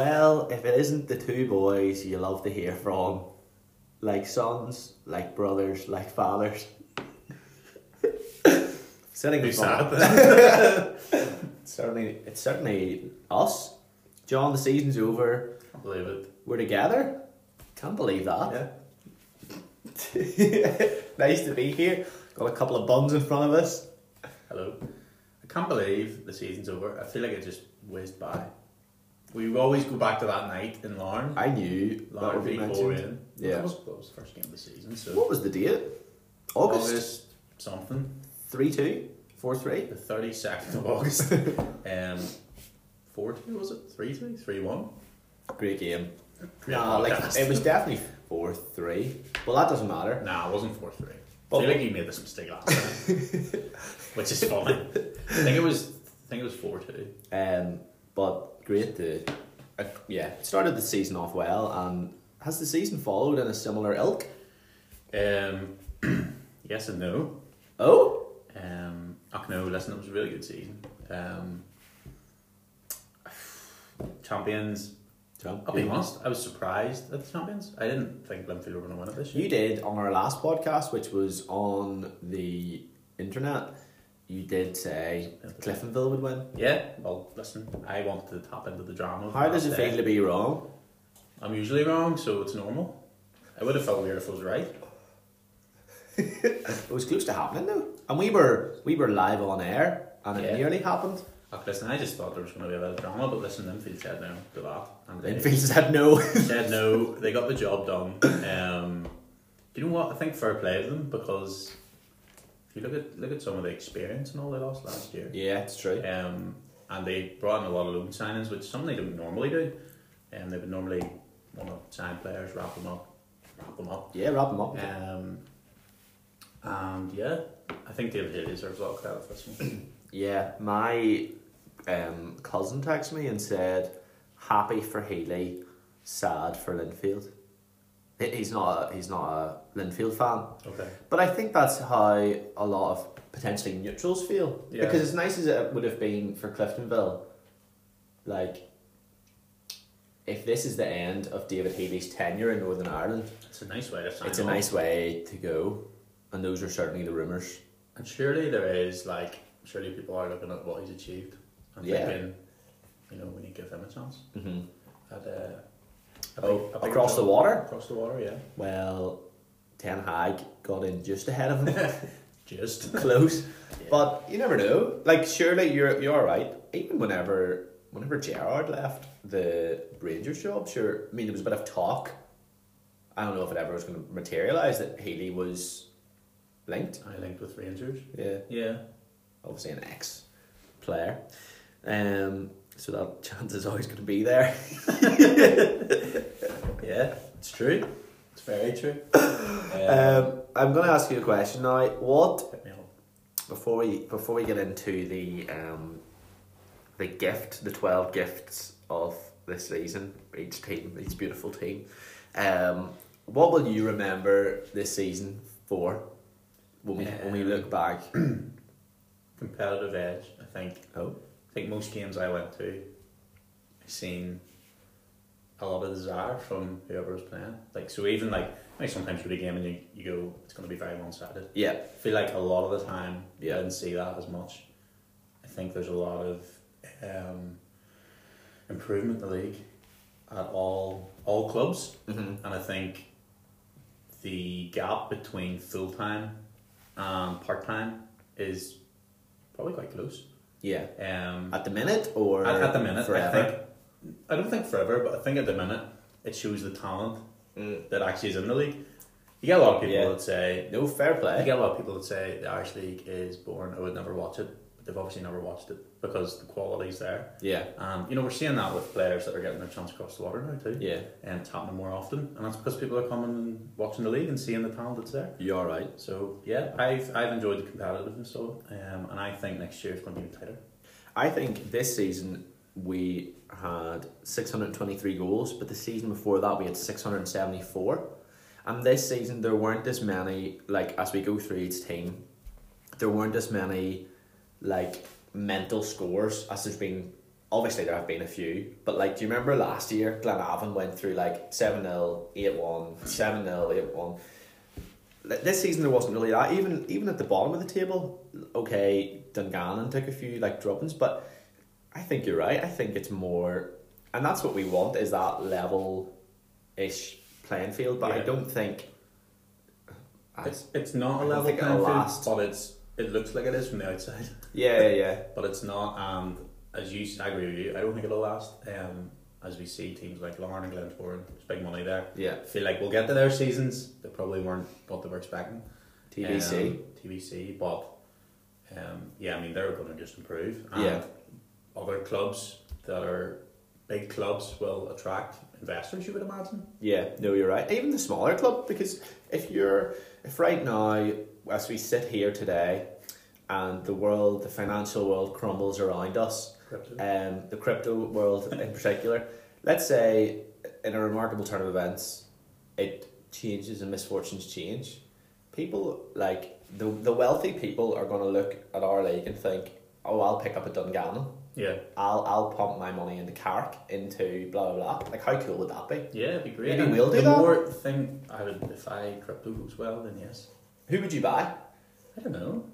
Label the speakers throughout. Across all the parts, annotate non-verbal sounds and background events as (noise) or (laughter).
Speaker 1: if it isn't the two boys you love to hear from, like sons, like brothers, like (laughs) fathers. Sitting
Speaker 2: Be
Speaker 1: in front of-
Speaker 2: sad then.
Speaker 1: Certainly, it's certainly us. John, the season's over.
Speaker 2: (laughs) Believe it.
Speaker 1: We're together. Can't believe that.
Speaker 2: Yeah.
Speaker 1: (laughs) nice to be here. Got a couple of buns in front of us.
Speaker 2: Hello. I can't believe the season's over. I feel like it just whizzed by. We always go back to that night in Larne.
Speaker 1: I knew that
Speaker 2: Larne
Speaker 1: would be
Speaker 2: v Chlorine.
Speaker 1: mentioned.
Speaker 2: Well,
Speaker 1: Yeah.
Speaker 2: That was, that was the first game of the season. So
Speaker 1: What was the date? August
Speaker 2: something.
Speaker 1: three two four three.
Speaker 2: The 32nd
Speaker 1: (laughs)
Speaker 2: of August. um, 4 2, was it? 3 2? 3 1?
Speaker 1: Great game.
Speaker 2: Great
Speaker 1: Nah, Uh, like
Speaker 2: podcast. (laughs)
Speaker 1: it was definitely four three. Well, that doesn't matter.
Speaker 2: Nah, it wasn't 4 3. I
Speaker 1: But-
Speaker 2: feel like you made this mistake last time.
Speaker 1: (laughs)
Speaker 2: which is fine. I think it was. I think it was four two.
Speaker 1: Um, but great to, uh, yeah, started the season off well. And has the season followed in a similar ilk?
Speaker 2: Um, (clears throat) yes and no.
Speaker 1: Oh.
Speaker 2: Um, I know. Listen, it was a really good season. Um, champions.
Speaker 1: Trump.
Speaker 2: I'll be honest. I was surprised at the champions. I didn't think Linfield were going to win it this year.
Speaker 1: You did on our last podcast, which was on the internet. You did say Cliftonville would win.
Speaker 2: yeah. Well, listen. I wanted to tap into the drama. of
Speaker 1: How
Speaker 2: the
Speaker 1: does it
Speaker 2: last
Speaker 1: feel
Speaker 2: day.
Speaker 1: to be wrong?
Speaker 2: I'm usually wrong, so it's normal. I would have felt weird if I was right.
Speaker 1: It was close to happening though, and we were we were live on air, and it
Speaker 2: Yeah.
Speaker 1: nearly happened.
Speaker 2: Like, listen, I just thought there was going to be a bit of drama, but listen, Linfield said no to that. And they-
Speaker 1: Linfield said no. (laughs)
Speaker 2: said no. They got the job done. Um, do you know what? I think fair play to them because if you look at look at some of the experience and all they lost last year,
Speaker 1: yeah, it's true.
Speaker 2: um, and they brought in a lot of loan signings, which some they don't normally do, and they would normally want to sign players, wrap them up, wrap them up.
Speaker 1: Yeah, wrap them up.
Speaker 2: Um, and yeah, I think David Haley deserves a lot of credit for this
Speaker 1: (clears throat)
Speaker 2: one.
Speaker 1: Yeah, my um, cousin texted me and said, "Happy for Healy, sad for Linfield." He- He's not a, he's not a Linfield fan.
Speaker 2: okay.
Speaker 1: But I think that's how a lot of potentially neutrals feel.
Speaker 2: Yeah.
Speaker 1: Because as nice as it would have been for Cliftonville, like, if this is the end of David Healy's tenure in Northern Ireland,
Speaker 2: It's a nice way to sign
Speaker 1: it's a
Speaker 2: off.
Speaker 1: nice way to go. And those are certainly the rumours.
Speaker 2: And surely there is like surely people are looking at what he's achieved and
Speaker 1: Yeah.
Speaker 2: thinking, you know, we need to give him a chance.
Speaker 1: Mm-hmm.
Speaker 2: At, uh, a big-
Speaker 1: Oh,
Speaker 2: a big
Speaker 1: across the
Speaker 2: job.
Speaker 1: water?
Speaker 2: Across the water, yeah.
Speaker 1: Well, Ten Hag got in just ahead of him,
Speaker 2: Just (laughs)
Speaker 1: close.
Speaker 2: Yeah.
Speaker 1: But you never know. Like, surely you're, you're right. Even whenever whenever Gerard left the Rangers job, sure, I mean, there was a bit of talk I don't know if it ever was going to materialise that Healy was linked.
Speaker 2: I linked with Rangers.
Speaker 1: Yeah.
Speaker 2: Yeah.
Speaker 1: Obviously an ex player. Um, so that (laughs) chance is always going to be there.
Speaker 2: Yeah. It's true. It's very true.
Speaker 1: (coughs) Um, I'm going to ask you a question now. What,
Speaker 2: hit me up.
Speaker 1: before we before we get into the um, the gift, the 12 gifts of this season, each team, each beautiful team, um, what will you remember this season for when we, when we look back?
Speaker 2: Um, Competitive edge, I think.
Speaker 1: Oh,
Speaker 2: I think most games I went to I seen a lot of desire from whoever was playing. Like so even like like sometimes with a game and you, you go, it's gonna be very one sided.
Speaker 1: yeah.
Speaker 2: I feel like a lot of the time
Speaker 1: Yeah.
Speaker 2: I didn't see that as much. I think there's a lot of um, improvement in the league at all all clubs,
Speaker 1: Mm-hmm.
Speaker 2: and I think the gap between full time and part time is probably quite close.
Speaker 1: Yeah.
Speaker 2: Um,
Speaker 1: At the minute or
Speaker 2: at, at the minute, I
Speaker 1: forever?
Speaker 2: think I don't think forever, but I think at the minute it shows the talent that actually is in the league. You get a lot of people
Speaker 1: Yeah.
Speaker 2: that say
Speaker 1: Mm. No fair
Speaker 2: I
Speaker 1: play.
Speaker 2: get a lot of people that say the Irish League is boring. I would never watch it, but they've obviously never watched it because the quality's there.
Speaker 1: Yeah.
Speaker 2: Um, you know, we're seeing that with players that are getting their chance across the water now too,
Speaker 1: Yeah.
Speaker 2: and it's happening more often, and that's because people are coming and watching the league and seeing the talent that's there.
Speaker 1: You're right.
Speaker 2: So yeah, I've I've enjoyed the competitiveness of it, um, and I think next year it's going to be even tighter.
Speaker 1: I think this season we had 623 goals, but the season before that we had 674. And this season there weren't as many, like, as we go through each team, there weren't as many, like, mental scores as there's been obviously there have been a few, but like, do you remember last year Glenavon went through like 7 0, 8 1, 7 0, 8 1? This season there wasn't really that. Even even at the bottom of the table, okay, Dungannon took a few like droppings, but I think you're right. I think it's more, and that's what we want is that level ish playing field, but I
Speaker 2: Yeah.
Speaker 1: don't think.
Speaker 2: It's it's not
Speaker 1: I
Speaker 2: a
Speaker 1: don't
Speaker 2: level
Speaker 1: think
Speaker 2: playing
Speaker 1: it'll
Speaker 2: field,
Speaker 1: last.
Speaker 2: but it's it looks like it is from the outside, (laughs)
Speaker 1: Yeah, yeah, yeah.
Speaker 2: but it's not. And as you, s- I agree with you. I don't think it'll last. Um, as we see teams like Lauren and Glentoran, there's big money there.
Speaker 1: Yeah.
Speaker 2: I feel like we'll get to their seasons. They probably weren't what they were expecting.
Speaker 1: TBC.
Speaker 2: Um, TBC, but um, yeah, I mean they're going to just improve. And
Speaker 1: Yeah.
Speaker 2: Other clubs that are big clubs will attract investors. You would imagine.
Speaker 1: Yeah, no, you're right. Even the smaller club, because if you're, if right now, as we sit here today, and the world, the financial world crumbles around us,
Speaker 2: Crypto.
Speaker 1: um, the crypto world in particular, let's say in a remarkable turn of events, it changes and misfortunes change. People, like, the, the wealthy people are going to look at our league and think, oh, I'll pick up a Dungannon.
Speaker 2: Yeah.
Speaker 1: I'll, I'll pump my money into Carrick, into blah, blah, blah. Like, how cool would that be?
Speaker 2: Yeah, it'd be great.
Speaker 1: Maybe
Speaker 2: And
Speaker 1: we'll do
Speaker 2: the
Speaker 1: that.
Speaker 2: more thing I would if I crypto goes well, then yes.
Speaker 1: Who would you buy?
Speaker 2: I don't know.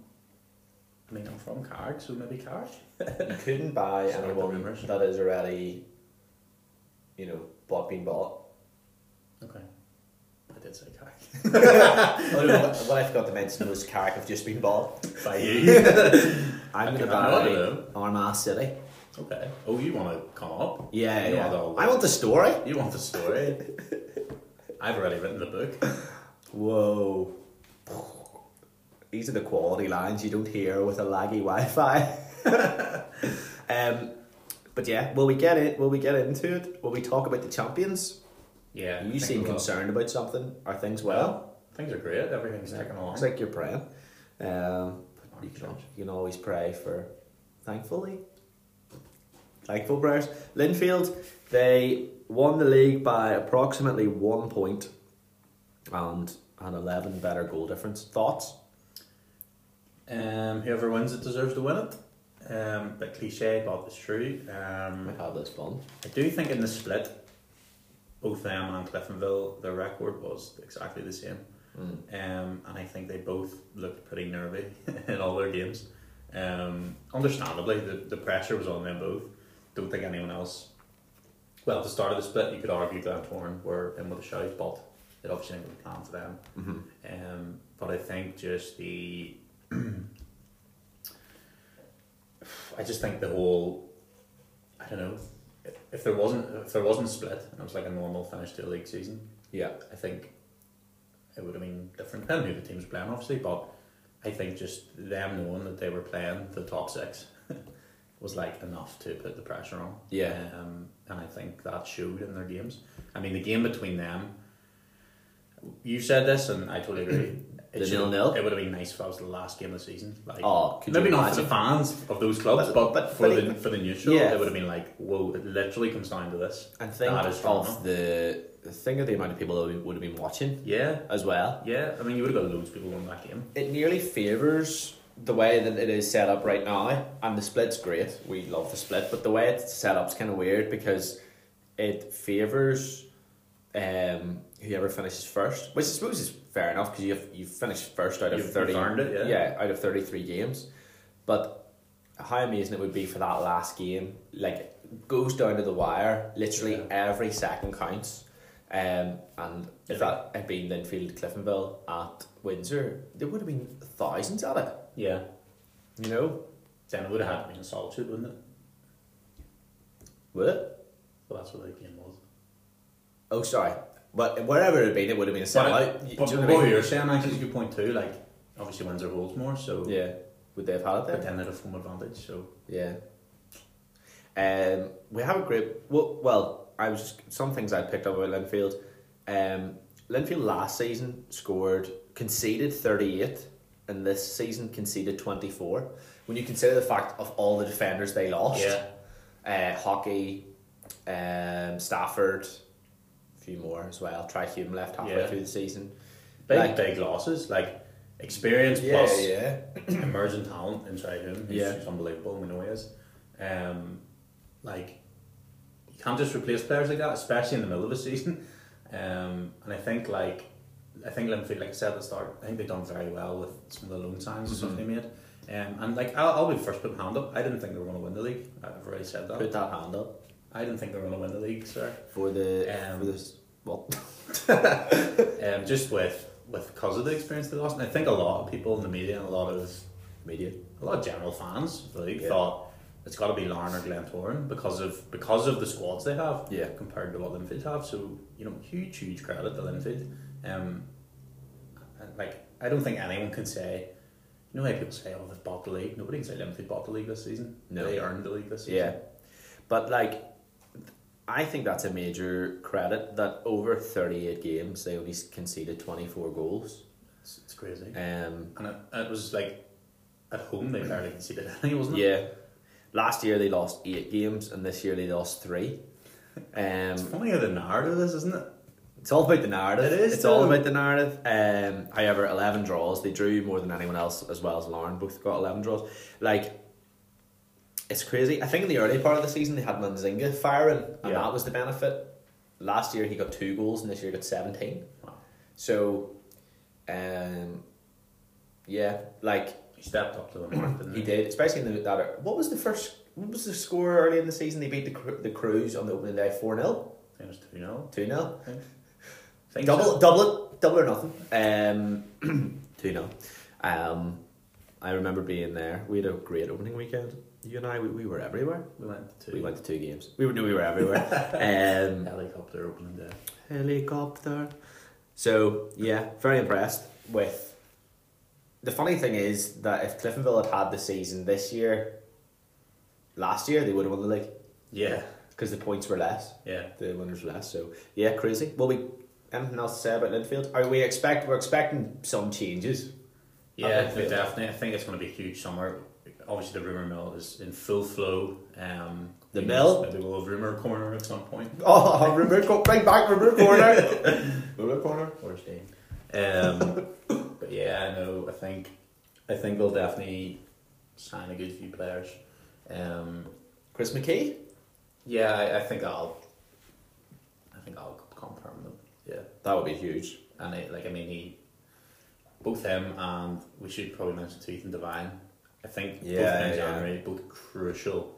Speaker 2: I mean, I'm from Carrick, so maybe Carrick.
Speaker 1: You couldn't buy
Speaker 2: Start the
Speaker 1: anyone
Speaker 2: rumours.
Speaker 1: that is already, you know, bought being (laughs) bought.
Speaker 2: Okay. I did say Carrick. (laughs)
Speaker 1: Oh, no, what, what I forgot to mention was Carrick have just been bought.
Speaker 2: By you.
Speaker 1: (laughs) I'm
Speaker 2: Okay,
Speaker 1: going to
Speaker 2: I
Speaker 1: buy
Speaker 2: don't know.
Speaker 1: Armagh City.
Speaker 2: okay. Oh, you want to come up?
Speaker 1: Yeah,
Speaker 2: You
Speaker 1: yeah.
Speaker 2: want all
Speaker 1: I want the story.
Speaker 2: You want the story? I've already written the book.
Speaker 1: Whoa. These are the quality lines you don't hear with a laggy Wi-Fi. (laughs) um, but yeah, will we get it? Will we get into it? Will we talk about the champions?
Speaker 2: Yeah.
Speaker 1: you seem concerned about something. Are things well?
Speaker 2: Things are great. Everything's ticking along.
Speaker 1: It's like you're praying. Um,
Speaker 2: Aren't
Speaker 1: you, can,
Speaker 2: you?
Speaker 1: al- you can always pray for, thankfully, thankful prayers. Linfield, they won the league by approximately one point and an 11 better goal difference. Thoughts?
Speaker 2: Um, whoever wins it deserves to win it. Um, bit cliche, but it's true. Um,
Speaker 1: We have this fun.
Speaker 2: I do think in the split, both them and Cliftonville, their record was exactly the same.
Speaker 1: Mm.
Speaker 2: Um, and I think they both looked pretty nervy (laughs) in all their games. Um, understandably, the, the pressure was on them both. Don't think anyone else. Well, at the start of the split, you could argue Glentoran were in with a shout, but it obviously didn't go to plan for them.
Speaker 1: Mm-hmm.
Speaker 2: Um, but I think just the. (clears throat) I just think the whole. I don't know. If there wasn't if there wasn't a split and it was like a normal finish to a league season,
Speaker 1: Yeah.
Speaker 2: I think it would have been different depending who the team's playing, obviously. But I think just them knowing that they were playing the top six (laughs) was like enough to put the pressure on.
Speaker 1: Yeah.
Speaker 2: um, and I think that showed in their games. I mean, the game between them. You said this, and I totally agree. It
Speaker 1: (clears throat) The
Speaker 2: should-
Speaker 1: nil-nil?
Speaker 2: It would have been nice if that was the last game of the season. Like,
Speaker 1: Oh, could you
Speaker 2: maybe not for the
Speaker 1: imagine?
Speaker 2: fans of those clubs,
Speaker 1: But-
Speaker 2: but,
Speaker 1: but-
Speaker 2: for
Speaker 1: but
Speaker 2: the
Speaker 1: it-
Speaker 2: for the neutral,
Speaker 1: Yeah.
Speaker 2: it would have been like, whoa! It literally comes down to this.
Speaker 1: And think
Speaker 2: That
Speaker 1: of
Speaker 2: is drama.
Speaker 1: the, the thing of the amount of people that would have been watching
Speaker 2: Yeah,
Speaker 1: as well.
Speaker 2: yeah. I mean, you would have got loads of people on that game.
Speaker 1: It nearly favours the way that it is set up right now, and the split's great. We love the split, but the way it's set up's kind of weird because it favours um, whoever finishes first, which I suppose is fair enough because you've you finished first out of
Speaker 2: You've- you've
Speaker 1: thirty.
Speaker 2: earned it, yeah.
Speaker 1: out of thirty three games, but how amazing it would be for that last game! Like goes down to the wire. Literally
Speaker 2: Yeah.
Speaker 1: every second counts. Um, and if
Speaker 2: Yeah.
Speaker 1: that had been Linfield Cliftonville at Windsor, there would have been thousands at it.
Speaker 2: Yeah.
Speaker 1: You know,
Speaker 2: Then it would have had to be in solitude, wouldn't it?
Speaker 1: would it?
Speaker 2: Well, that's what the game was.
Speaker 1: Oh, sorry. But wherever it had been, it would have been a sellout.
Speaker 2: But,
Speaker 1: You-
Speaker 2: but
Speaker 1: do you know
Speaker 2: what
Speaker 1: what I mean?
Speaker 2: you're saying actually is a good point too. Like, obviously Windsor holds more, so
Speaker 1: Yeah. Would they have had it
Speaker 2: but
Speaker 1: there?
Speaker 2: then they had a home advantage. So
Speaker 1: Yeah. Um, we have a great. Well, well, I was just some things I picked up about Linfield. Um, Linfield last season scored conceded thirty eight, and this season conceded twenty four. When you consider the fact of all the defenders they lost,
Speaker 2: yeah,
Speaker 1: uh, hockey, um, Stafford, a few more as well. Trihume left halfway
Speaker 2: Yeah.
Speaker 1: through the season.
Speaker 2: big
Speaker 1: Like-
Speaker 2: big losses. Like experience plus emerging talent inside him. He's,
Speaker 1: Yeah.
Speaker 2: he's unbelievable. We know he is. Um, like you can't just replace players like that, especially in the middle of a season. (laughs) Um, and I think like I think Linfield, like I said at the start, I think they've done very well with some of the loan signings and stuff they made. Um, and like I'll, I'll be the first to put my hand up. I didn't think they were going to win the league. I've already said that.
Speaker 1: Put that hand up
Speaker 2: I didn't think they were going to win the league, sir.
Speaker 1: for the
Speaker 2: Um,
Speaker 1: for this. What?
Speaker 2: Um, just with with because of the experience they lost, and I think a lot of people in the media and a lot of
Speaker 1: Media.
Speaker 2: a lot of general fans of the league
Speaker 1: Yeah.
Speaker 2: thought it's got to be Larne or Glentoran because of because of the squads they have
Speaker 1: Yeah.
Speaker 2: compared to what Linfield have. So you know, huge huge credit to Linfield. Um, and, like I don't think anyone can say. You know how people say, "Oh, they've bought the league." Nobody can say Linfield bought the league this season.
Speaker 1: No.
Speaker 2: they earned the league this season.
Speaker 1: Yeah. But like I think that's a major credit that over 38 games they only conceded 24 goals.
Speaker 2: it's, it's crazy.
Speaker 1: Um
Speaker 2: And it, it was like at home they barely conceded anything, wasn't it?
Speaker 1: yeah. Last year they lost 8 games and this year they lost 3.
Speaker 2: It's
Speaker 1: Um
Speaker 2: funny how the narrative is, isn't it?
Speaker 1: it's all about the narrative.
Speaker 2: It is,
Speaker 1: It's all
Speaker 2: though.
Speaker 1: about the narrative. Um however 11 draws they drew more than anyone else as well as Lauren both got 11 draws. Like it's crazy. I think in the early part of the season they had Manzinga firing and
Speaker 2: Yeah.
Speaker 1: that was the benefit. Last year he got 2 goals and this year he got 17. So, um, yeah, like
Speaker 2: He stepped up to the mark, didn't
Speaker 1: he did, especially in the, that. What was the first? What was the score early in the season? They beat the Cru- the Crews on the opening day four 0
Speaker 2: I think it was 2 0.
Speaker 1: two 0
Speaker 2: Think
Speaker 1: double
Speaker 2: So.
Speaker 1: double it double or nothing. Um, (clears throat) two 0 Um, I remember being there. We had a great opening weekend. You and I, we, we were everywhere.
Speaker 2: We went to
Speaker 1: We went to two games. We were no, we were everywhere.
Speaker 2: (laughs)
Speaker 1: um,
Speaker 2: helicopter opening day.
Speaker 1: helicopter. So yeah, very impressed with. The funny thing is that if Cliftonville had had the season this year, last year they would have won the league
Speaker 2: Yeah,
Speaker 1: because the points were less,
Speaker 2: yeah.
Speaker 1: the winners were less. So yeah, crazy. Well, we anything else to say about Linfield? Are we expect we're expecting some changes? (laughs)
Speaker 2: Yeah,
Speaker 1: think so.
Speaker 2: definitely. I think it's going to be a huge summer. Obviously, the rumour mill is in full flow. Um,
Speaker 1: The
Speaker 2: we
Speaker 1: mill?
Speaker 2: Maybe we'll have rumour corner at some point.
Speaker 1: Oh, remote co- bring back remote
Speaker 2: (laughs)
Speaker 1: corner. remote corner.
Speaker 2: Where's Dean?
Speaker 1: (laughs)
Speaker 2: Um, but yeah, I know. I think I think they'll definitely sign a good few players. Um,
Speaker 1: Chris McKee.
Speaker 2: yeah, I, I think I'll. I think I'll confirm them. Yeah.
Speaker 1: That would be huge.
Speaker 2: And it, like I mean, he both him and we should probably mention to Ethan Devine. I think
Speaker 1: Yeah,
Speaker 2: both him and
Speaker 1: yeah.
Speaker 2: January both crucial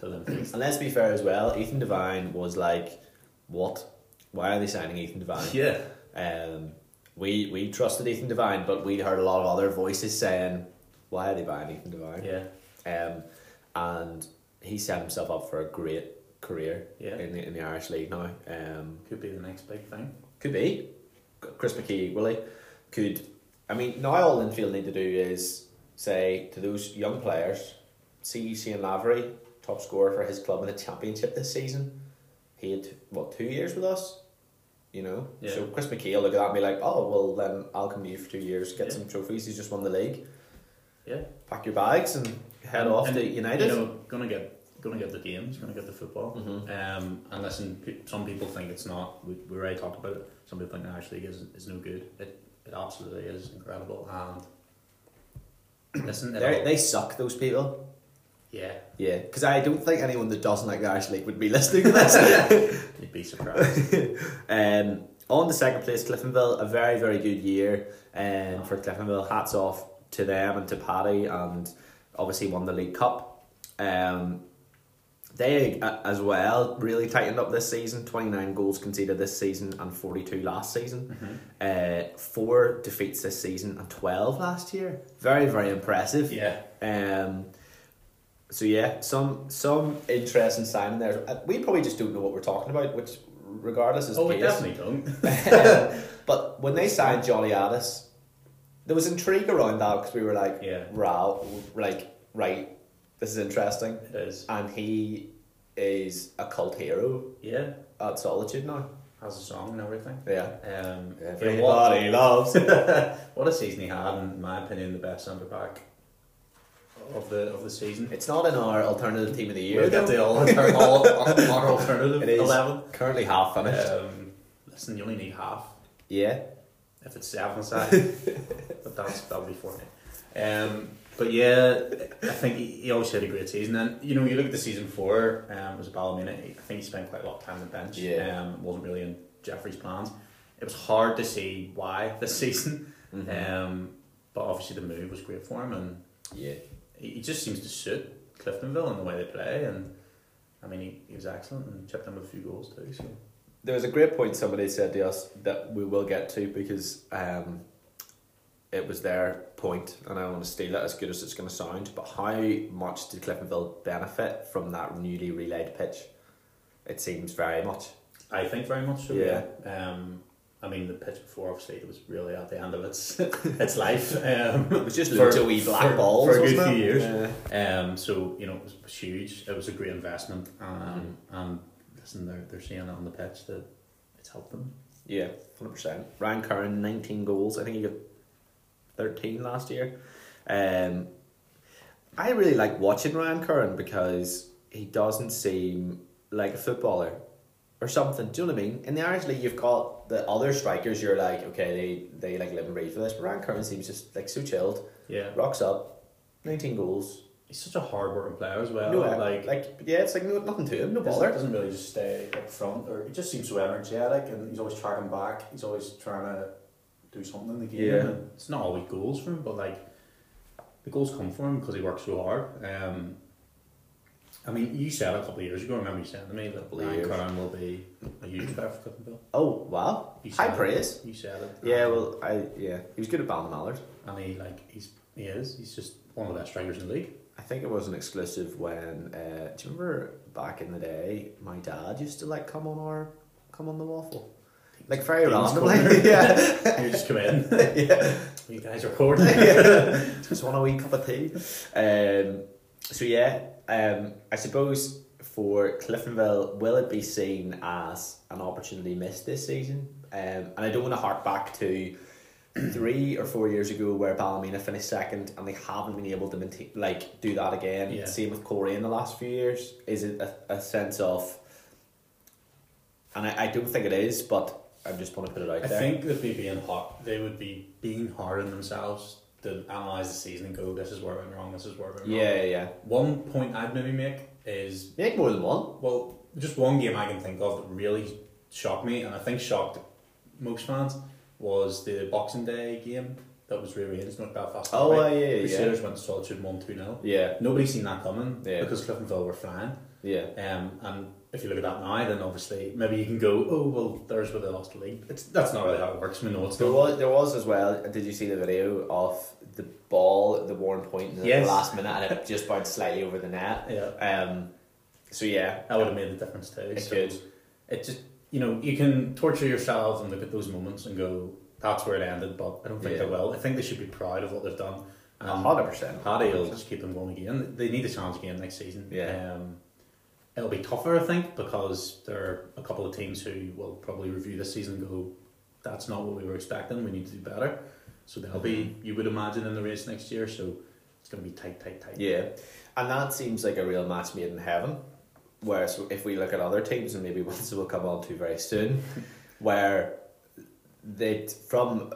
Speaker 2: to
Speaker 1: (laughs)
Speaker 2: Olympics.
Speaker 1: And let's be fair as well. Ethan Devine was like, "What? Why are they signing Ethan Devine?"
Speaker 2: yeah,
Speaker 1: Um, we we trusted Ethan Devine, but we heard a lot of other voices saying, "Why are they buying Ethan Devine?"
Speaker 2: yeah,
Speaker 1: Um, and he set himself up for a great career
Speaker 2: Yeah.
Speaker 1: in the in the Irish league now. Um,
Speaker 2: could be the next big thing.
Speaker 1: could be Chris McKee, Willie could. I mean, now all Linfield need to do is say to those young players, see Shane Lavery, top scorer for his club in the championship this season. He had what two years with us, you know.
Speaker 2: Yeah.
Speaker 1: So Chris McKee will look at that and be like, "Oh well, then I'll come to you for two years, get
Speaker 2: Yeah.
Speaker 1: some trophies. He's just won the league.
Speaker 2: Yeah,
Speaker 1: Pack your bags and head off
Speaker 2: And,
Speaker 1: to United."
Speaker 2: You know, gonna get. Gonna get the games, gonna get the football. Um, and listen, pe- some people think it's not. We, we already talked about it. Some people think the Irish League is, is no good. It it absolutely is incredible. And listen, it
Speaker 1: They're-
Speaker 2: all-
Speaker 1: they suck. Those people.
Speaker 2: yeah,
Speaker 1: Yeah, because I don't think anyone that doesn't like the Irish League would be listening to
Speaker 2: (laughs)
Speaker 1: this.
Speaker 2: you'd be surprised.
Speaker 1: um, on the second place, Cliftonville, a very, very good year um, for Cliftonville. Hats off to them and to Paddy, and obviously won the League Cup. Um, they uh, as well really tightened up this season 29 goals conceded this season and 42 last season.
Speaker 2: Mm-hmm.
Speaker 1: Uh, four defeats this season and 12 last year. Very, very impressive.
Speaker 2: (laughs) yeah,
Speaker 1: Um, so yeah, some some interesting signing there. Uh, We probably just don't know what we're talking about, which regardless is
Speaker 2: oh,
Speaker 1: the
Speaker 2: we
Speaker 1: case.
Speaker 2: definitely don't.
Speaker 1: but when they signed Jolly Addis, there was intrigue around that because we were like,
Speaker 2: Yeah.
Speaker 1: "Wow, like right, this is interesting,"
Speaker 2: (laughs) It is.
Speaker 1: and he is a cult hero
Speaker 2: Yeah,
Speaker 1: at Solitude now.
Speaker 2: has a song and everything.
Speaker 1: Yeah.
Speaker 2: Um, yeah,
Speaker 1: Everybody
Speaker 2: what,
Speaker 1: loves.
Speaker 2: what a season he had, in my opinion, the best centre back of the of the season.
Speaker 1: (laughs) it's not in our alternative team of the year.
Speaker 2: We'll get
Speaker 1: though.
Speaker 2: the all, alter- all, our alternative (laughs)
Speaker 1: It is
Speaker 2: eleven.
Speaker 1: currently half finished.
Speaker 2: Um, listen, you only need half
Speaker 1: yeah.
Speaker 2: if it's seven side, but that's that'll be fourteen. Um, but But yeah, I think he, he always had a great season. And you know, you look at the season four, um, it was Ballymena. I think he spent quite a lot of time on the bench.
Speaker 1: Yeah.
Speaker 2: um, wasn't really in Jeffrey's plans. It was hard to see why this season.
Speaker 1: Mm-hmm.
Speaker 2: Um, but obviously the move was great for him, and
Speaker 1: Yeah.
Speaker 2: he, he just seems to suit Cliftonville and the way they play. And I mean, he, he was excellent and chipped in with a few goals too. So
Speaker 1: There was a great point somebody said to us that we will get to because um, it was their point, and I want to steal it as good as it's going to sound. But how much did Cliftonville benefit from that newly relayed pitch? It seems very much.
Speaker 2: I think very much so.
Speaker 1: Yeah.
Speaker 2: Um, I mean, the pitch before obviously it was really at the end of its (laughs) its life. Um,
Speaker 1: It was just
Speaker 2: For-
Speaker 1: loads of wee black
Speaker 2: for-
Speaker 1: balls
Speaker 2: for a good
Speaker 1: wasn't
Speaker 2: few
Speaker 1: it?
Speaker 2: years.
Speaker 1: Yeah.
Speaker 2: Um, so you know it was huge. It was a great investment. Um, and listen, they're they're seeing it on the pitch that it's helped them.
Speaker 1: Yeah, hundred percent. Ryan Curran, nineteen goals. I think he got thirteen last year. Um, I really like watching Ryan Curran because he doesn't seem like a footballer or something. Do you know what I mean? In the Irish league, you've got the other strikers. You're like, okay, they they like live and breathe for this. But Ryan Curran seems just like so chilled.
Speaker 2: Yeah,
Speaker 1: Rocks up, nineteen goals.
Speaker 2: he's such a hard working player as well.
Speaker 1: no,
Speaker 2: like
Speaker 1: like, like yeah, it's like no, nothing to him. No
Speaker 3: Doesn't,
Speaker 1: bother.
Speaker 3: doesn't really just stay up front, or he just seems so energetic, and he's always tracking back. He's always trying to do something in the game.
Speaker 1: Yeah.
Speaker 3: and
Speaker 2: it's not always goals for him, but like the goals come for him because he works so hard. Um, I mean, you said a couple of years ago. I remember you saying to me that
Speaker 1: Couple of
Speaker 2: Ryan
Speaker 1: years.
Speaker 2: Curran will be a huge player for Cliftonville.
Speaker 1: Oh wow,
Speaker 2: You said
Speaker 1: high
Speaker 2: it.
Speaker 1: praise.
Speaker 2: You said it.
Speaker 1: Yeah, well, I yeah, he was good at Ballymallard.
Speaker 2: and he like he's he is he's just one of the best strikers in
Speaker 1: (laughs)
Speaker 2: the league.
Speaker 1: I think it was an exclusive when uh, do you remember back in the day my dad used to like come on our come on the waffle like very
Speaker 2: Dean's
Speaker 1: randomly
Speaker 2: corner.
Speaker 1: (laughs) yeah
Speaker 2: you just come in.
Speaker 1: yeah
Speaker 2: (laughs) You guys are recording.
Speaker 1: just want a wee cup of tea um, so yeah um, I suppose for Cliftonville will it be seen as an opportunity missed this season um, and I don't want to hark back to three or four years ago where Ballymena finished second and they haven't been able to maintain, like do that again.
Speaker 2: Yeah.
Speaker 1: Same with Corey in the last few years. Is it a, a sense of and I, I don't think it is, but I just want to put it out
Speaker 2: I
Speaker 1: there.
Speaker 2: think they'd be being hot. They would be being hard on themselves to analyze the season and go, "This is where I went wrong. This is where I went
Speaker 1: yeah,
Speaker 2: wrong."
Speaker 1: yeah, yeah.
Speaker 2: One point I'd maybe make is
Speaker 1: Make more than one.
Speaker 2: well, just one game I can think of that really shocked me, and I think shocked most fans was the Boxing Day game that was rearranged North Belfast.
Speaker 1: Oh,
Speaker 2: Derby.
Speaker 1: uh, yeah, yeah.
Speaker 2: Crusaders went to Solitude one two 0
Speaker 1: Yeah,
Speaker 2: Nobody's seen that coming
Speaker 1: Yeah.
Speaker 2: because Cliftonville were flying.
Speaker 1: yeah.
Speaker 2: Um, and if you look at that now, then obviously maybe you can go, oh well, there's where they lost the league. It's that's not really how it works. We know it's
Speaker 1: There
Speaker 2: not.
Speaker 1: was there was as well. Did you see the video of the ball at the Warren Point in the
Speaker 2: Yes.
Speaker 1: last minute and it just bounced slightly over the net?
Speaker 2: Yeah,
Speaker 1: Um, so yeah,
Speaker 2: that would have made the difference too.
Speaker 1: it
Speaker 2: so
Speaker 1: could.
Speaker 2: it just you know you can torture yourselves and look at those moments and go, that's where it ended. But I don't think
Speaker 1: Yeah.
Speaker 2: they will. I think they should be proud of what they've done. And
Speaker 1: hundred percent.
Speaker 2: Paddy will just keep them going again. They need a challenge again next season.
Speaker 1: Yeah.
Speaker 2: Um, it'll be tougher, I think, because there are a couple of teams who will probably review this season and go, that's not what we were expecting. We need to do better. So they'll be, you would imagine, in the race next year. So it's going to be tight, tight, tight.
Speaker 1: Yeah, and that seems like a real match made in heaven. Whereas if we look at other teams, and maybe (laughs) ones that we'll come on to very soon, where they from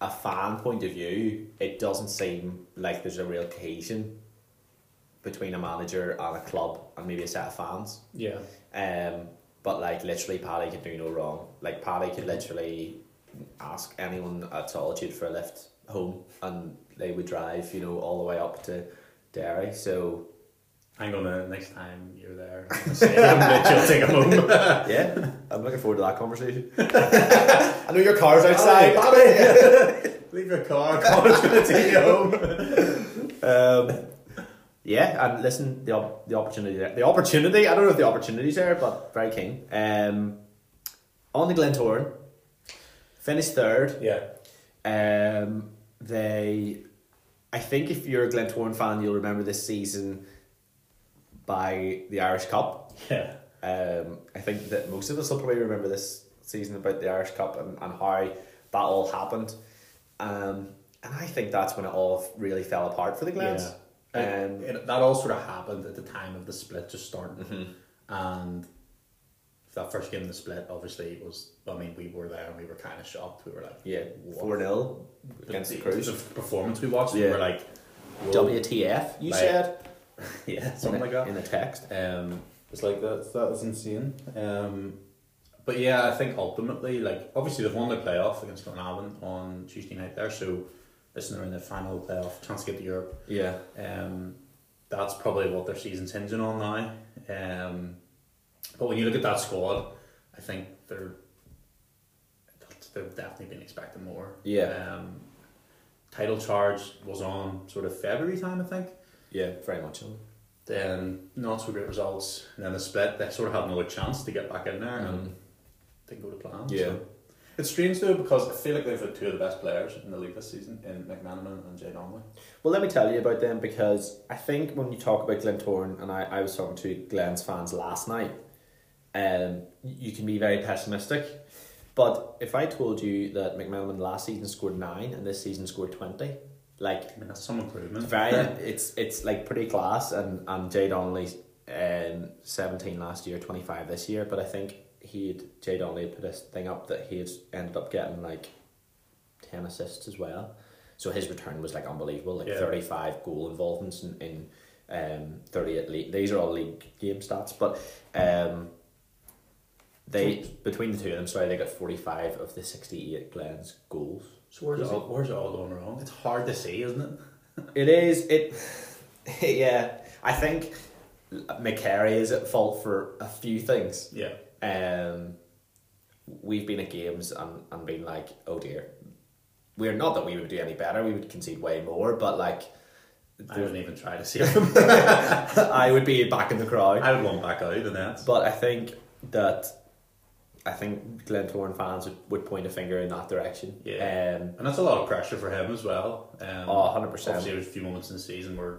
Speaker 1: a fan point of view, it doesn't seem like there's a real cohesion between a manager and a club and maybe a set of fans.
Speaker 2: Yeah.
Speaker 1: Um, but like literally, Paddy could do no wrong. Like Paddy could literally ask anyone at Solitude for a lift home, and they would drive, you know, all the way up to Derry. (laughs) So
Speaker 2: I'm going to, next time you're there, (laughs) I'm gonna say, "Mitch, you'll take them home.
Speaker 1: yeah, I'm looking forward to that conversation. (laughs) I know your car's
Speaker 2: outside,
Speaker 1: Paddy.
Speaker 2: (laughs) Leave your car, (laughs) Colin's going to take you home.
Speaker 1: (laughs) um, yeah, and listen, the op- the opportunity, there. the opportunity. I don't know if the opportunity's there, but very keen. Um, on the Glentoran, finished third.
Speaker 2: (laughs) Yeah.
Speaker 1: Um, they, I think if you're a Glentoran fan, you'll remember this season by the Irish Cup.
Speaker 2: Yeah.
Speaker 1: Um, I think that most of us will probably remember this season about the Irish Cup and, and how that all happened. Um, and I think that's when it all really fell apart for the Glens.
Speaker 2: Yeah.
Speaker 1: Um,
Speaker 2: it, that all sort of happened at the time of the split just starting. And that first game of the split, obviously, was, I mean, we were there and we were kind of shocked. We were like,
Speaker 1: yeah,
Speaker 2: what?
Speaker 1: 4 0 against the Crews.
Speaker 2: The performance we watched, we
Speaker 1: Yeah.
Speaker 2: were like, Whoa.
Speaker 1: WTF, you
Speaker 2: Like,
Speaker 1: said? (laughs)
Speaker 2: yeah,
Speaker 1: in
Speaker 2: something
Speaker 1: the-
Speaker 2: like that.
Speaker 1: In the text.
Speaker 2: Um, it's like that. That's insane. Um, but yeah, I think ultimately, like obviously they've won their playoff against Glenavon on Tuesday night there, so listen, they're in the final playoff chance to get to Europe.
Speaker 1: Yeah.
Speaker 2: Um, that's probably what their season's hinging on now. Um, but when you look at that squad, I think they're they've definitely been expecting more.
Speaker 1: Yeah.
Speaker 2: Um, title charge was on sort of February time, I think
Speaker 1: Yeah, very much so.
Speaker 2: then not so great results, and then the split. They sort of had another chance to get back in there,
Speaker 1: Mhm.
Speaker 2: and didn't go to plan.
Speaker 1: Yeah.
Speaker 2: so. Mm-hmm. it's strange though because I feel like they've had two of the best players in the league this season in McManaman and Jay Donnelly.
Speaker 1: Well, let me tell you about them because I think when you talk about Glentoran, and I, I was talking to Glens fans last night, um, you can be very pessimistic. But if I told you that McMillan last season scored nine and this season scored 20, like
Speaker 2: I mean that's some improvement.
Speaker 1: it's very, it's it's like pretty class, and and Jay Donnelly, um, seventeen last year, twenty five this year. But I think he had Jay Donnelly had put this thing up that he had ended up getting like ten assists as well. So his return was like unbelievable, like
Speaker 2: Yeah.
Speaker 1: thirty five goal involvements in, in um thirty eight league. These are all league game stats, but um. They between the two of them, sorry, they got forty five of the sixty eight Glens goals.
Speaker 2: So where's it all, where's it all going wrong? It's hard to see, isn't it?
Speaker 1: It is. It. (laughs) yeah, I think McCary is at fault for a few things.
Speaker 2: Yeah,
Speaker 1: Um, we've been at games and, and been like, oh dear, we're not that we would do any better. We would concede way more, but like,
Speaker 2: I wouldn't even try to see them.
Speaker 1: (laughs) I would be back in the crowd.
Speaker 2: (laughs) I would want back out of that.
Speaker 1: But I think that I think Glentoran fans would, would point a finger in that direction.
Speaker 2: Yeah.
Speaker 1: Um,
Speaker 2: And that's a lot of pressure for him as well. Um,
Speaker 1: Oh, 100%.
Speaker 2: Obviously, there's a few moments in the season where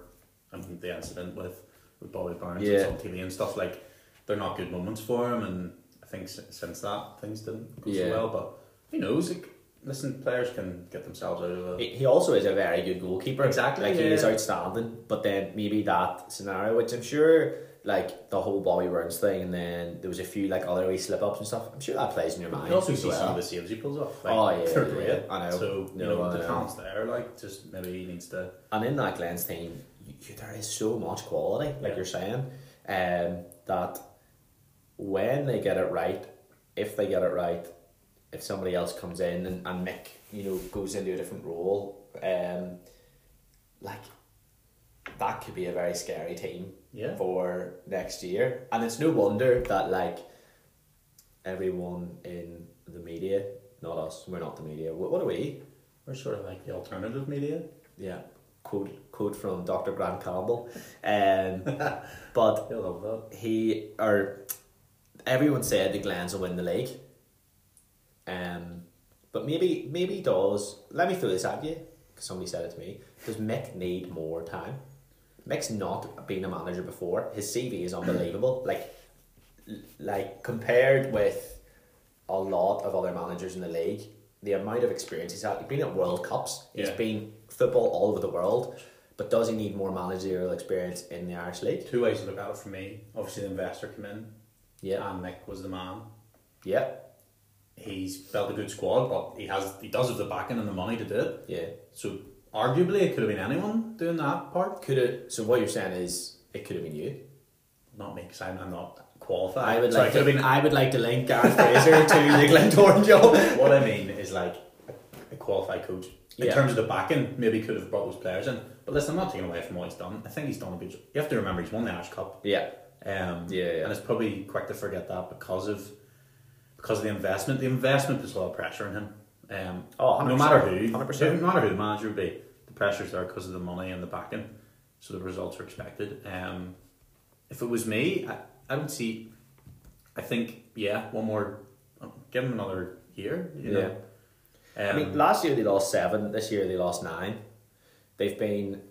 Speaker 2: I mean, the incident with, with Bobby Barnes
Speaker 1: Yeah.
Speaker 2: and Tom Tilly and stuff, like, they're not good moments for him. And I think s- since that, things didn't go
Speaker 1: Yeah.
Speaker 2: so well. But who knows? Like, listen, players can get themselves out of it.
Speaker 1: He he also is a very good goalkeeper.
Speaker 2: Exactly,
Speaker 1: Like he is
Speaker 2: yeah.
Speaker 1: outstanding. But then maybe that scenario, which I'm sure like the whole Bobby Burns thing and then there was a few like other wee slip ups and stuff. I'm sure that plays in your mind.
Speaker 2: You also
Speaker 1: as
Speaker 2: see
Speaker 1: well.
Speaker 2: some of the saves he pulls off. Like,
Speaker 1: Oh, yeah,
Speaker 2: (laughs) they're
Speaker 1: yeah,
Speaker 2: great.
Speaker 1: I know.
Speaker 2: So, you
Speaker 1: No,
Speaker 2: know,
Speaker 1: I
Speaker 2: the
Speaker 1: know.
Speaker 2: talent's there. Like, just maybe he needs to.
Speaker 1: And in that Glens team, you, you- there is so much quality, like
Speaker 2: Yeah.
Speaker 1: you're saying, um, that when they get it right, if they get it right, if somebody else comes in and, and Mick, you know, goes into a different role, um, like that could be a very scary team
Speaker 2: Yeah.
Speaker 1: for next year. And it's no wonder that like everyone in the media, not us, we're not the media. What, what are we?
Speaker 2: We're sort of like the alternative media.
Speaker 1: yeah, quote quote from Dr. Grant Campbell. Um, (laughs) but
Speaker 2: I love that.
Speaker 1: he or everyone said the Glens will win the league. Um, but maybe maybe does let me throw this at you because somebody said it to me. Does Mick need more time? Mick's not been a manager before. His CV is unbelievable. like like compared with a lot of other managers in the league, the amount of experience he's had, he's been at World Cups, he's
Speaker 2: Yeah.
Speaker 1: been football all over the world. But does he need more managerial experience in the Irish league?
Speaker 2: Two ways to look at it for me. Obviously, the investor came in,
Speaker 1: Yeah,
Speaker 2: and Mick was the man.
Speaker 1: yeah,
Speaker 2: he's built a good squad, but he has he does have the backing and the money to do it.
Speaker 1: yeah.
Speaker 2: So arguably, it could have been anyone doing that part,
Speaker 1: Could it? So what you're saying is it could have been you.
Speaker 2: not me because I'm, I'm not qualified.
Speaker 1: I would
Speaker 2: so
Speaker 1: like.
Speaker 2: it could
Speaker 1: to,
Speaker 2: have been.
Speaker 1: I would like to link Gareth Fraser (laughs) to the Glentoran job.
Speaker 2: what I mean is like a, a qualified coach in
Speaker 1: Yeah.
Speaker 2: terms of the backing. Maybe could have brought those players in. But listen, I'm not taking away from what he's done. I think he's done a good. job. You have to remember he's won the Ash Cup.
Speaker 1: Yeah,
Speaker 2: Um,
Speaker 1: Yeah, yeah.
Speaker 2: And it's probably quick to forget that because of because of the investment. The investment puts a lot of pressure on him. Um,
Speaker 1: Oh,
Speaker 2: no
Speaker 1: 100%,
Speaker 2: matter who,
Speaker 1: 100%.
Speaker 2: no matter who the manager would be, the pressure's there because of the money and the backing, so the results are expected. Um, if it was me, I, I would see. I think yeah, one more, oh, give him another year. You
Speaker 1: Yeah.
Speaker 2: know? Um,
Speaker 1: I mean, last year they lost seven. This year they lost nine. They've been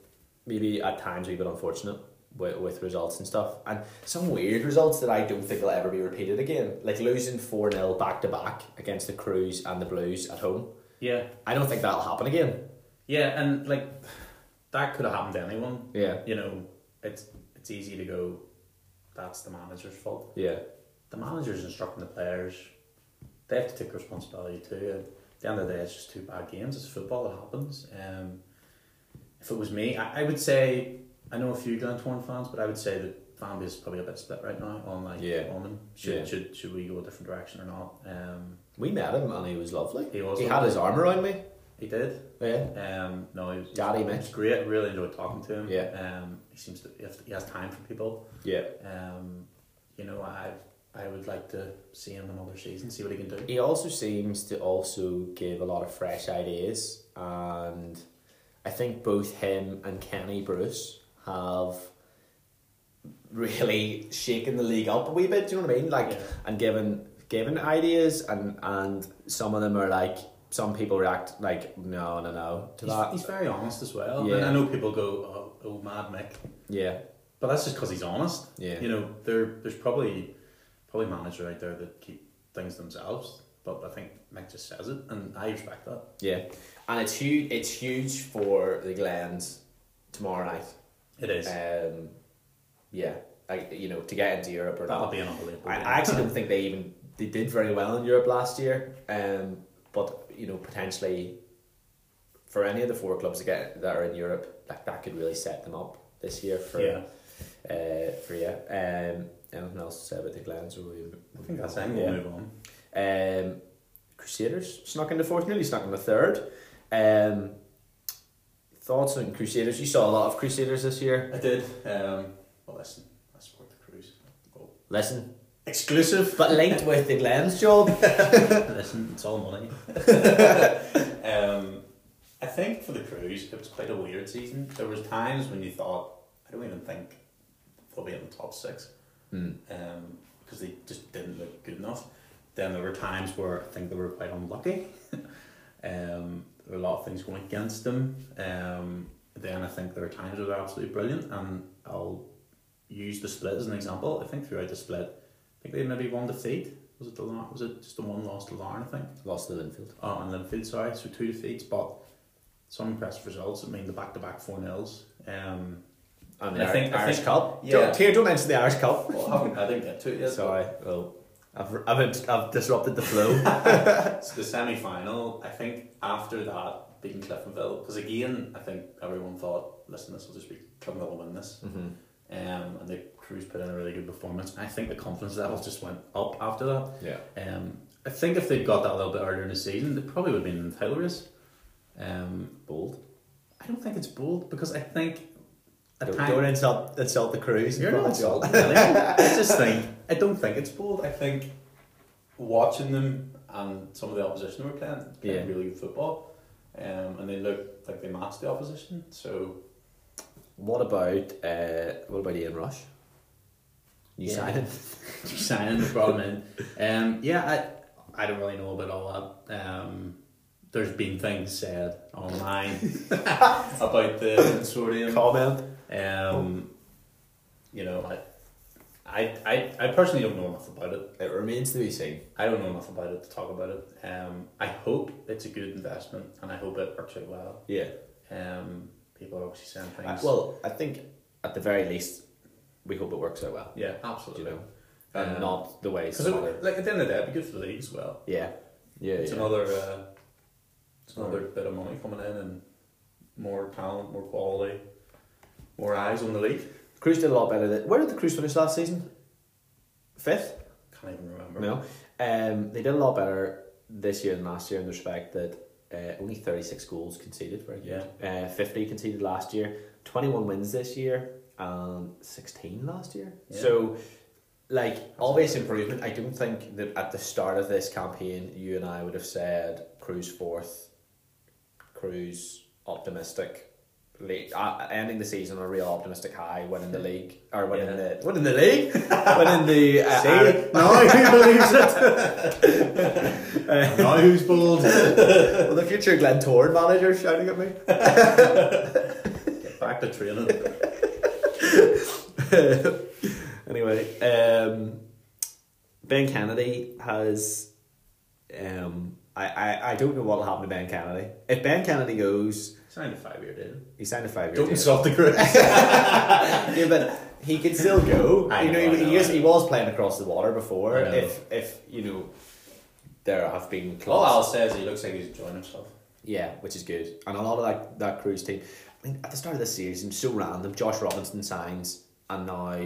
Speaker 1: maybe at times a wee bit unfortunate with, with results and stuff, and some weird results that I don't think will ever be repeated again. Like losing four 0 back to back against the Crews and the Blues at home.
Speaker 2: yeah,
Speaker 1: I don't think that'll happen again.
Speaker 2: yeah, and like that could have happened to anyone.
Speaker 1: Yeah,
Speaker 2: You know, it's it's easy to go. That's the manager's fault.
Speaker 1: yeah,
Speaker 2: the manager's instructing the players. They have to take responsibility too. And at the end of the day, it's just two bad games. It's football. It happens. Um, if it was me, I, I would say I know a few Glentoran fans, but I would say that fan base is probably a bit split right now on like
Speaker 1: Yeah.
Speaker 2: on them. Should,
Speaker 1: Yeah.
Speaker 2: should should we go a different direction or not? Um,
Speaker 1: We met him and he was lovely.
Speaker 2: He was
Speaker 1: He had
Speaker 2: lovely.
Speaker 1: his arm around me.
Speaker 2: he did.
Speaker 1: Yeah.
Speaker 2: Um, no, he was,
Speaker 1: Daddy
Speaker 2: he was
Speaker 1: Mitch.
Speaker 2: great. Really enjoyed talking to him.
Speaker 1: Yeah.
Speaker 2: Um, he seems to he has- he has time for people.
Speaker 1: Yeah.
Speaker 2: Um, you know, I I would like to see him another season, see what he can do.
Speaker 1: He also seems to also give a lot of fresh ideas, and I think both him and Kenny Bruce have really shaken the league up a wee bit. Do you know what I mean? Like
Speaker 2: Yeah.
Speaker 1: and given given ideas, and and some of them are like some people react like no no no to
Speaker 2: He's,
Speaker 1: that.
Speaker 2: he's very honest as well.
Speaker 1: Yeah.
Speaker 2: And I know people go, oh, oh Mad Mick.
Speaker 1: yeah
Speaker 2: But that's just because he's honest.
Speaker 1: Yeah.
Speaker 2: You know, there there's probably probably managers out there that keep things themselves, but I think Mick just says it, and I respect that.
Speaker 1: yeah, and it's huge. It's huge for the Glens tomorrow night.
Speaker 2: It is.
Speaker 1: Um, yeah, I, you know to get into Europe or
Speaker 2: That'll
Speaker 1: not.
Speaker 2: be an unbelievable.
Speaker 1: I,
Speaker 2: game.
Speaker 1: I actually don't think they even they did very well in Europe last year. Um, but you know potentially for any of the four clubs that get that are in Europe, like that could really set them up this year for
Speaker 2: Yeah.
Speaker 1: uh for yeah. Um, anything else to say about the Glens? Or we,
Speaker 2: I think that's it. We'll
Speaker 1: Yeah.
Speaker 2: move on.
Speaker 1: Um, Crusaders snuck into fourth, nearly snuck into third. Um, thoughts on Crusaders? You saw a lot of Crusaders this year.
Speaker 2: I did. Um, well, listen, I support the cruise. Well,
Speaker 1: Listen,
Speaker 2: exclusive.
Speaker 1: but linked with the Glens job. (laughs)
Speaker 2: listen, it's all money. (laughs) um, I think for the cruise, it was quite a weird season. There was times when you thought, I don't even think they'll be in the top six.
Speaker 1: Mm.
Speaker 2: um, because they just didn't look good enough. Then there were times where I think they were quite unlucky. (laughs) um, there were a lot of things going against them. Um, then I think there were times where they're absolutely brilliant, and I'll use the split as an example. I think throughout the split, I think they had maybe one defeat. Was it the Larn? Was it just the one loss to Larn? I think.
Speaker 1: Lost to Linfield.
Speaker 2: Oh, and Linfield, sorry, so two defeats, but some impressive results. I mean, the back-to-back four nils. Um,
Speaker 1: I mean,
Speaker 2: I think- I
Speaker 1: Irish
Speaker 2: think-
Speaker 1: Cup.
Speaker 2: yeah.
Speaker 1: Don't, here, don't mention the Irish Cup.
Speaker 4: Well, I haven't- I didn't get to it yet.
Speaker 1: Sorry. Oh, I've, I've, I've disrupted the (laughs) flow.
Speaker 2: So the semi final, I think after that, beating Cliftonville, because again, I think everyone thought, listen, this will just be Cliftonville will win this.
Speaker 1: mm-hmm.
Speaker 2: Um, and the Crews put in a really good performance. I think the confidence level just went up after that.
Speaker 1: Yeah.
Speaker 2: Um, I think if they'd got that a little bit earlier in the season, they probably would have been in the title race. Um,
Speaker 1: Bold.
Speaker 2: I don't think it's bold because I think at
Speaker 1: Don't,
Speaker 2: times-
Speaker 1: don't insult, insult the crews.
Speaker 2: you're not (laughs) insulting anyone. I (laughs) just think I don't think it's bold. I think watching them and some of the opposition were playing, playing
Speaker 1: Yeah.
Speaker 2: really good football, um, and they looked like they matched the opposition. (laughs) So
Speaker 1: What about, uh, what about Ian Rush? New
Speaker 2: Yeah.
Speaker 1: signing.
Speaker 2: you signing the problem in. Um, yeah, I I don't really know about all that. Um, there's been things said online (laughs) about the consortium.
Speaker 1: Comment.
Speaker 2: Um, you know, I. I, I, I personally don't know enough about it.
Speaker 1: It remains to be seen.
Speaker 2: I don't know enough about it to talk about it. Um, I hope it's a good investment and I hope it works out well.
Speaker 1: Yeah.
Speaker 2: Um, people are obviously saying
Speaker 1: Uh,
Speaker 2: things.
Speaker 1: well, I think at the very least, we hope it works out well.
Speaker 2: yeah,
Speaker 1: You
Speaker 2: absolutely.
Speaker 1: know, and
Speaker 2: Um,
Speaker 1: not the way
Speaker 2: Because
Speaker 1: some other.
Speaker 2: like at the end of the day, it'd be good for the league as well.
Speaker 1: Yeah. Yeah.
Speaker 2: It's
Speaker 1: yeah.
Speaker 2: another, uh, it's another bit of money coming in and more talent, more quality, more eyes on the league.
Speaker 1: Crews did a lot better. Than, where did the Crews finish last season? Fifth.
Speaker 2: Can't even remember.
Speaker 1: No. Um, they did a lot better this year than last year in the respect that uh, only 36 goals conceded. Very good. Uh, 50 conceded last year, 21 wins this year, and 16 last year.
Speaker 2: Yeah.
Speaker 1: So, like, obvious improvement. I don't think that at the start of this campaign, you and I would have said cruise fourth, cruise optimistic. Late, uh, ending the season on a real optimistic high, winning the league or winning
Speaker 2: Yeah.
Speaker 1: the winning the league, (laughs) winning the uh,
Speaker 2: See?
Speaker 1: Irish-
Speaker 2: (laughs) now who believes it?
Speaker 1: (laughs)
Speaker 2: now who's bold?
Speaker 1: Well, the future Glen Torn manager shouting at me. (laughs)
Speaker 2: Back to training.
Speaker 1: anyway, um, Ben Kennedy has. Um, I, I, I don't know what will happen to Ben Kennedy. If Ben Kennedy goes,
Speaker 2: Signed a five year deal.
Speaker 1: he signed a five year
Speaker 2: Don't
Speaker 1: deal.
Speaker 2: insult the group.
Speaker 1: (laughs) yeah, but he can still go.
Speaker 2: I
Speaker 1: you know,
Speaker 2: know, I
Speaker 1: he,
Speaker 2: know,
Speaker 1: he, is,
Speaker 2: I
Speaker 1: he was playing across the water before.
Speaker 2: I know.
Speaker 1: If if you know, there have been
Speaker 2: All Oh, I'll
Speaker 1: clubs.
Speaker 2: say is he looks like he's enjoying himself.
Speaker 1: Yeah, which is good. And a lot of that, that cruise team, I mean, at the start of this season, so random, Josh Robinson signs, and now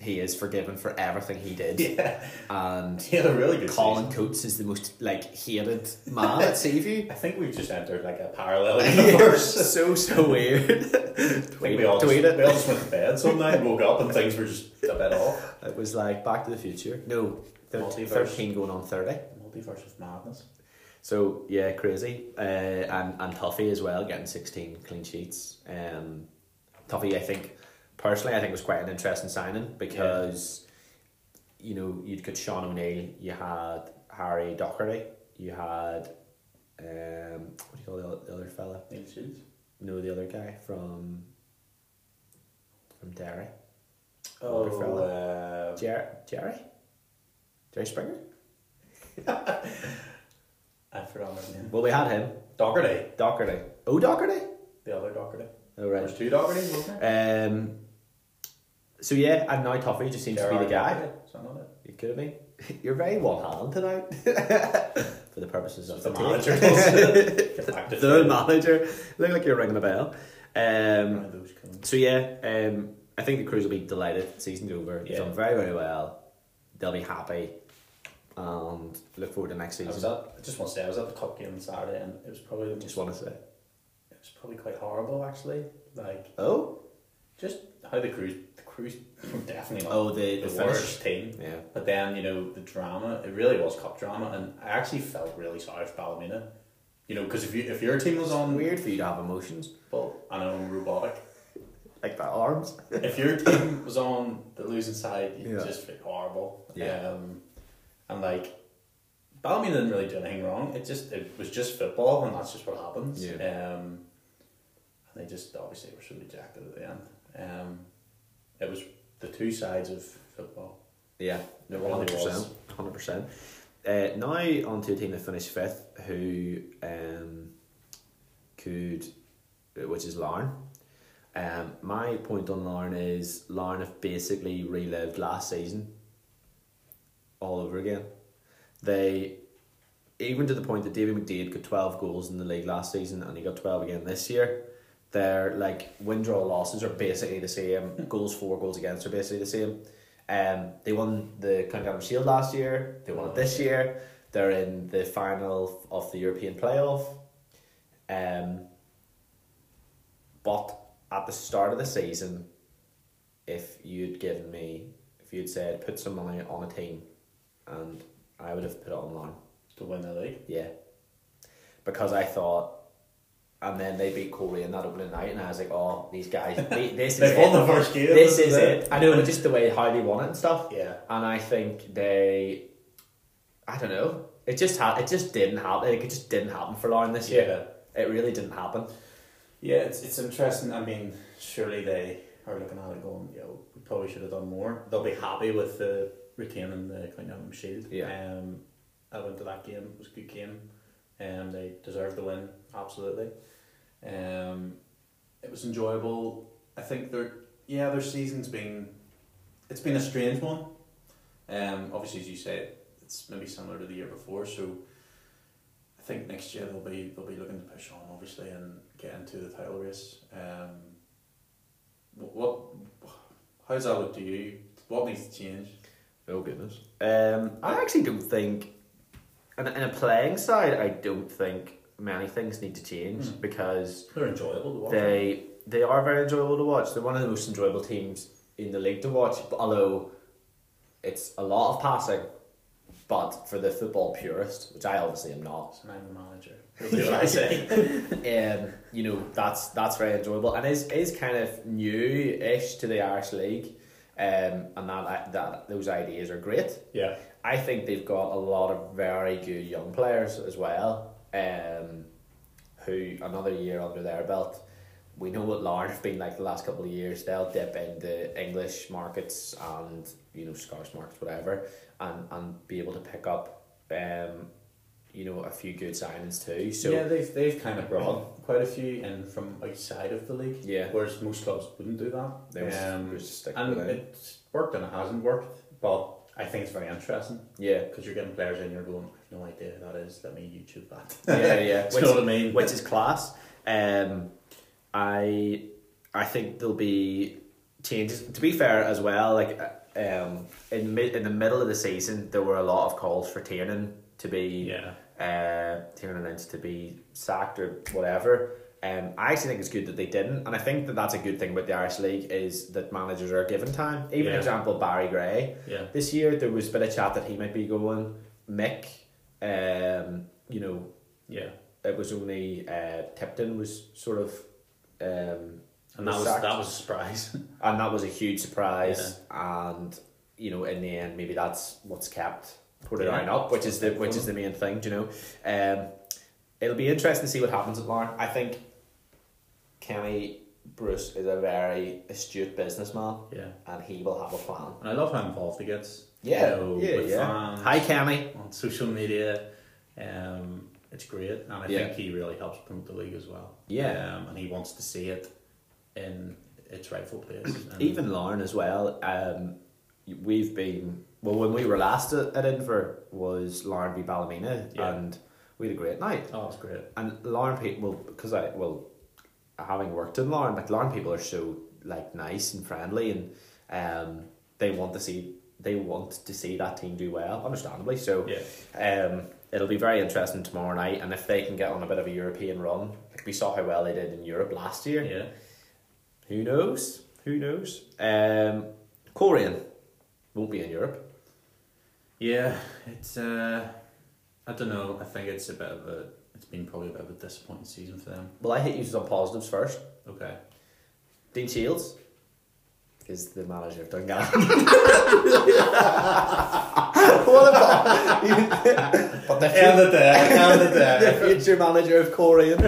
Speaker 1: he is forgiven for everything he did.
Speaker 2: (laughs) Yeah.
Speaker 1: And
Speaker 2: He had a really good
Speaker 1: Colin
Speaker 2: season.
Speaker 1: Coates is the most, like, hated
Speaker 2: (laughs)
Speaker 1: man at Seaview. (laughs)
Speaker 2: I think we've just entered like a parallel universe.
Speaker 1: so, so weird.
Speaker 2: I think
Speaker 1: tweet,
Speaker 2: we all, just,
Speaker 1: tweet
Speaker 2: we all
Speaker 1: it.
Speaker 2: just went to bed some night, woke up, and things were just a bit off.
Speaker 1: It was like Back to the Future. No, thir-
Speaker 2: Multiverse.
Speaker 1: 13 going on 30.
Speaker 5: Multiverse of madness.
Speaker 1: So yeah, crazy. Uh, and and Tuffy as well, getting sixteen clean sheets. Um, Tuffy, I think personally, I think was quite an interesting signing because, you know, you'd got Sean O'Neill, you had Harry Doherty, you had, um, what do you call the other, the other fella?
Speaker 2: Neil Shields.
Speaker 1: No, the other guy from. From Derry,
Speaker 2: Oh, uh,
Speaker 1: Jer- Jerry, Jerry Springer.
Speaker 2: uh, I forgot his name.
Speaker 1: Well, we had him.
Speaker 2: Doherty.
Speaker 1: Doherty. Oh, Doherty.
Speaker 2: The other Doherty.
Speaker 1: Oh right.
Speaker 2: There's two Dohertys, wasn't there?
Speaker 1: Um, so yeah, and now Toffee just seems to be
Speaker 2: Gerard
Speaker 1: the guy.
Speaker 2: Doherty, something like that.
Speaker 1: You could have been. (laughs) You're very one hand tonight. (laughs) For the purposes of
Speaker 2: The
Speaker 1: team.
Speaker 2: manager. Get back
Speaker 1: (laughs)
Speaker 2: to
Speaker 1: the manager. Look like you're ringing a bell.
Speaker 2: One
Speaker 1: Um,
Speaker 2: of those cunts.
Speaker 1: so yeah, um, I think the crews will be delighted. Season's over. They've
Speaker 2: Yeah.
Speaker 1: done very very well. They'll be happy, and look forward to next
Speaker 2: I was
Speaker 1: season.
Speaker 2: at, I just want to say, I was at the cup game on Saturday, and it was probably the most
Speaker 1: Just want to say.
Speaker 2: It was probably quite horrible, actually. Like
Speaker 1: Oh.
Speaker 2: just how the crews, the crews (laughs) were definitely not
Speaker 1: Oh, the
Speaker 2: the,
Speaker 1: the, finish.
Speaker 2: worst team.
Speaker 1: Yeah.
Speaker 2: But then you know the drama. It really was cup drama, and I actually felt really sorry for Ballymena. You know, because if you if your team was on
Speaker 1: Weird for you to have emotions
Speaker 2: well, I know robotic.
Speaker 1: like the arms.
Speaker 2: if your team was on the losing side, you
Speaker 1: Yeah.
Speaker 2: just feel horrible.
Speaker 1: Yeah.
Speaker 2: Um, and like, Ballymena didn't really do anything wrong. It just it was just football, and that's just what happens.
Speaker 1: Yeah.
Speaker 2: Um, and they just obviously were so dejected at the end. Um, it was the two sides of football.
Speaker 1: Yeah,
Speaker 2: It
Speaker 1: no,
Speaker 2: really
Speaker 1: one hundred percent,
Speaker 2: was.
Speaker 1: hundred percent. Uh, now on to a team that finished fifth, who um, could, which is Larn. Um, my point on Larn is Larn have basically relived last season all over again. They, even to the point that David McDade got twelve goals in the league last season, and he got twelve again this year. Their like win draw losses are basically the same. Goals for, goals against are basically the same. Um, they won the Countdown Shield last year. They won it this year. They're in the final of the European playoff. Um, but at the start of the season, if you'd given me, if you'd said put some money on a team, and I would have put it on Larne.
Speaker 2: To win the league,
Speaker 1: Yeah. Because I thought, and then they beat Korea in that opening night, and I was like, oh, these guys, they,
Speaker 2: (laughs)
Speaker 1: this is
Speaker 2: They've won
Speaker 1: it.
Speaker 2: the first game,
Speaker 1: This
Speaker 2: this
Speaker 1: is
Speaker 2: is
Speaker 1: it. I know, but just the way how they won it and stuff.
Speaker 2: yeah,
Speaker 1: And I think they, I don't know, it just had, it just didn't happen. Like, it just didn't happen for Lauren this year. It really didn't happen.
Speaker 2: yeah. It's it's interesting. I mean, surely they are looking at it going, yo, we probably should have done more. They'll be happy with the retaining the Cunningham Shield.
Speaker 1: Yeah.
Speaker 2: Um, I went to that game. It was a good game. Um, they deserved the win absolutely. Um, it was enjoyable. I think their yeah their season's been it's been a strange one. Um, obviously as you say, it's maybe similar to the year before. So I think next year they'll be they'll be looking to push on obviously and get into the title race. Um, what, what how's that look to you? What needs to change?
Speaker 1: Oh goodness. Um, I actually don't think, in a, in a playing side, I don't think many things need to change
Speaker 2: Hmm.
Speaker 1: because
Speaker 2: They're enjoyable to watch.
Speaker 1: They they are very enjoyable to watch. They're one of the most enjoyable teams in the league to watch. But although it's a lot of passing, but for the football purist, which I obviously am
Speaker 2: (laughs)
Speaker 1: not,
Speaker 2: So I'm the manager. You'll do what I say.
Speaker 1: (laughs) um, you know that's that's very enjoyable and is is kind of new-ish to the Irish league, um, and that that those ideas are great.
Speaker 2: yeah.
Speaker 1: I think they've got a lot of very good young players as well. Um, who another year under their belt. We know what Larne have been like the last couple of years. They'll dip into English markets and you know Scottish markets, whatever, and and be able to pick up, um, you know, a few good signings too. So
Speaker 2: yeah, they've they've kind of brought quite a few in from outside of the league.
Speaker 1: Yeah.
Speaker 2: Whereas most clubs wouldn't do that.
Speaker 1: they was,
Speaker 2: Um,
Speaker 1: was just stick
Speaker 2: and
Speaker 1: with it.
Speaker 2: it's worked and it hasn't worked, but I think it's very interesting
Speaker 6: Yeah.
Speaker 2: because you're getting players in, you're going, I have no idea who that is. Let me YouTube that. (laughs)
Speaker 6: Yeah, yeah.
Speaker 2: Do you know what I mean?
Speaker 1: which is class. Um, I I think there'll be changes. To be fair, as well, like uh, um, in mid in the middle of the season, there were a lot of calls for Tiernan to be
Speaker 2: yeah,
Speaker 1: uh, Tiernan Lynch to be sacked or whatever. Um, I actually think it's good that they didn't, and I think that that's a good thing about the Irish League is that managers are given time. Even
Speaker 2: Yeah.
Speaker 1: example Barry Gray
Speaker 2: yeah,
Speaker 1: this year there was a bit of chat that he might be going. Mick, um, you know,
Speaker 2: yeah.
Speaker 1: it was only uh, Tipton was sort of, um,
Speaker 2: And that was
Speaker 1: Sacked.
Speaker 2: that was a surprise. (laughs)
Speaker 1: and that was a huge surprise. And you know, in the end, maybe that's what's kept put it
Speaker 2: Yeah.
Speaker 1: on up, which is the which is the main thing. do You know, um, it'll be interesting to see what happens at Larne. I think Kenny Bruce is a very astute businessman,
Speaker 2: yeah,
Speaker 1: and he will have a plan.
Speaker 2: and I love how involved he gets.
Speaker 1: Yeah,
Speaker 2: you know,
Speaker 1: yeah,
Speaker 2: with
Speaker 1: yeah.
Speaker 2: fans,
Speaker 1: Hi, Kenny.
Speaker 2: on social media. Um, it's great, and I
Speaker 1: Yeah.
Speaker 2: think he really helps promote the league as well.
Speaker 1: Yeah.
Speaker 2: um, and he wants to see it in its rightful
Speaker 1: (clears throat)
Speaker 2: place. And
Speaker 1: Even Lauren as well. Um, we've been well when we were last at, at Inver was Lauren v Ballymena,
Speaker 2: Yeah.
Speaker 1: and we had a great night.
Speaker 2: oh, it's great.
Speaker 1: And Lauren people, well, because I well, having worked in Lauren, like Lauren people are so like nice and friendly, and um, they want to see they want to see that team do well, understandably. So
Speaker 2: Yeah,
Speaker 1: um, it'll be very interesting tomorrow night, and if they can get on a bit of a European run, like we saw how well they did in Europe last year.
Speaker 2: yeah.
Speaker 1: Who knows? Who knows? Um, Corian won't be in Europe.
Speaker 2: Yeah, it's uh, I don't know. I think it's a bit of a. It's been probably a bit of a disappointing season for them.
Speaker 1: Well, I hit you on positives first.
Speaker 2: Okay.
Speaker 1: Dean Shields is the manager of Dungannon. (laughs) what about (laughs) but the,
Speaker 2: End
Speaker 1: fu-
Speaker 2: it there. End it
Speaker 1: the (laughs)
Speaker 2: there.
Speaker 1: future manager of Corian?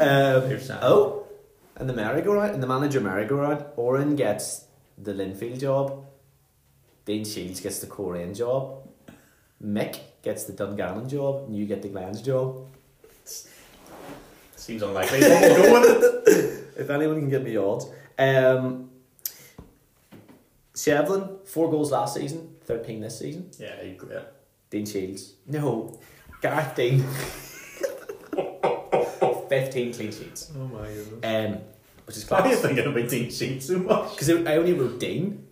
Speaker 1: Um,
Speaker 2: You're sad.
Speaker 1: oh, and the merry-go-round and the manager merry-go-round. Oren gets the Linfield job. Dean Shields gets the Corian job. Mick gets the Dungannon job. And you get the Glens job.
Speaker 2: Seems unlikely. Going.
Speaker 1: If anyone can give me odds. Um, Shevlin, four goals last season, 13 this season.
Speaker 2: Yeah, you great.
Speaker 1: Dean Shields. No, Gareth Dean. (laughs) 15 clean sheets.
Speaker 2: Oh my goodness.
Speaker 1: Um, which is
Speaker 2: Why are you
Speaker 1: (laughs) class.
Speaker 2: thinking about Dean Sheen so much?
Speaker 1: Because I only wrote Dean.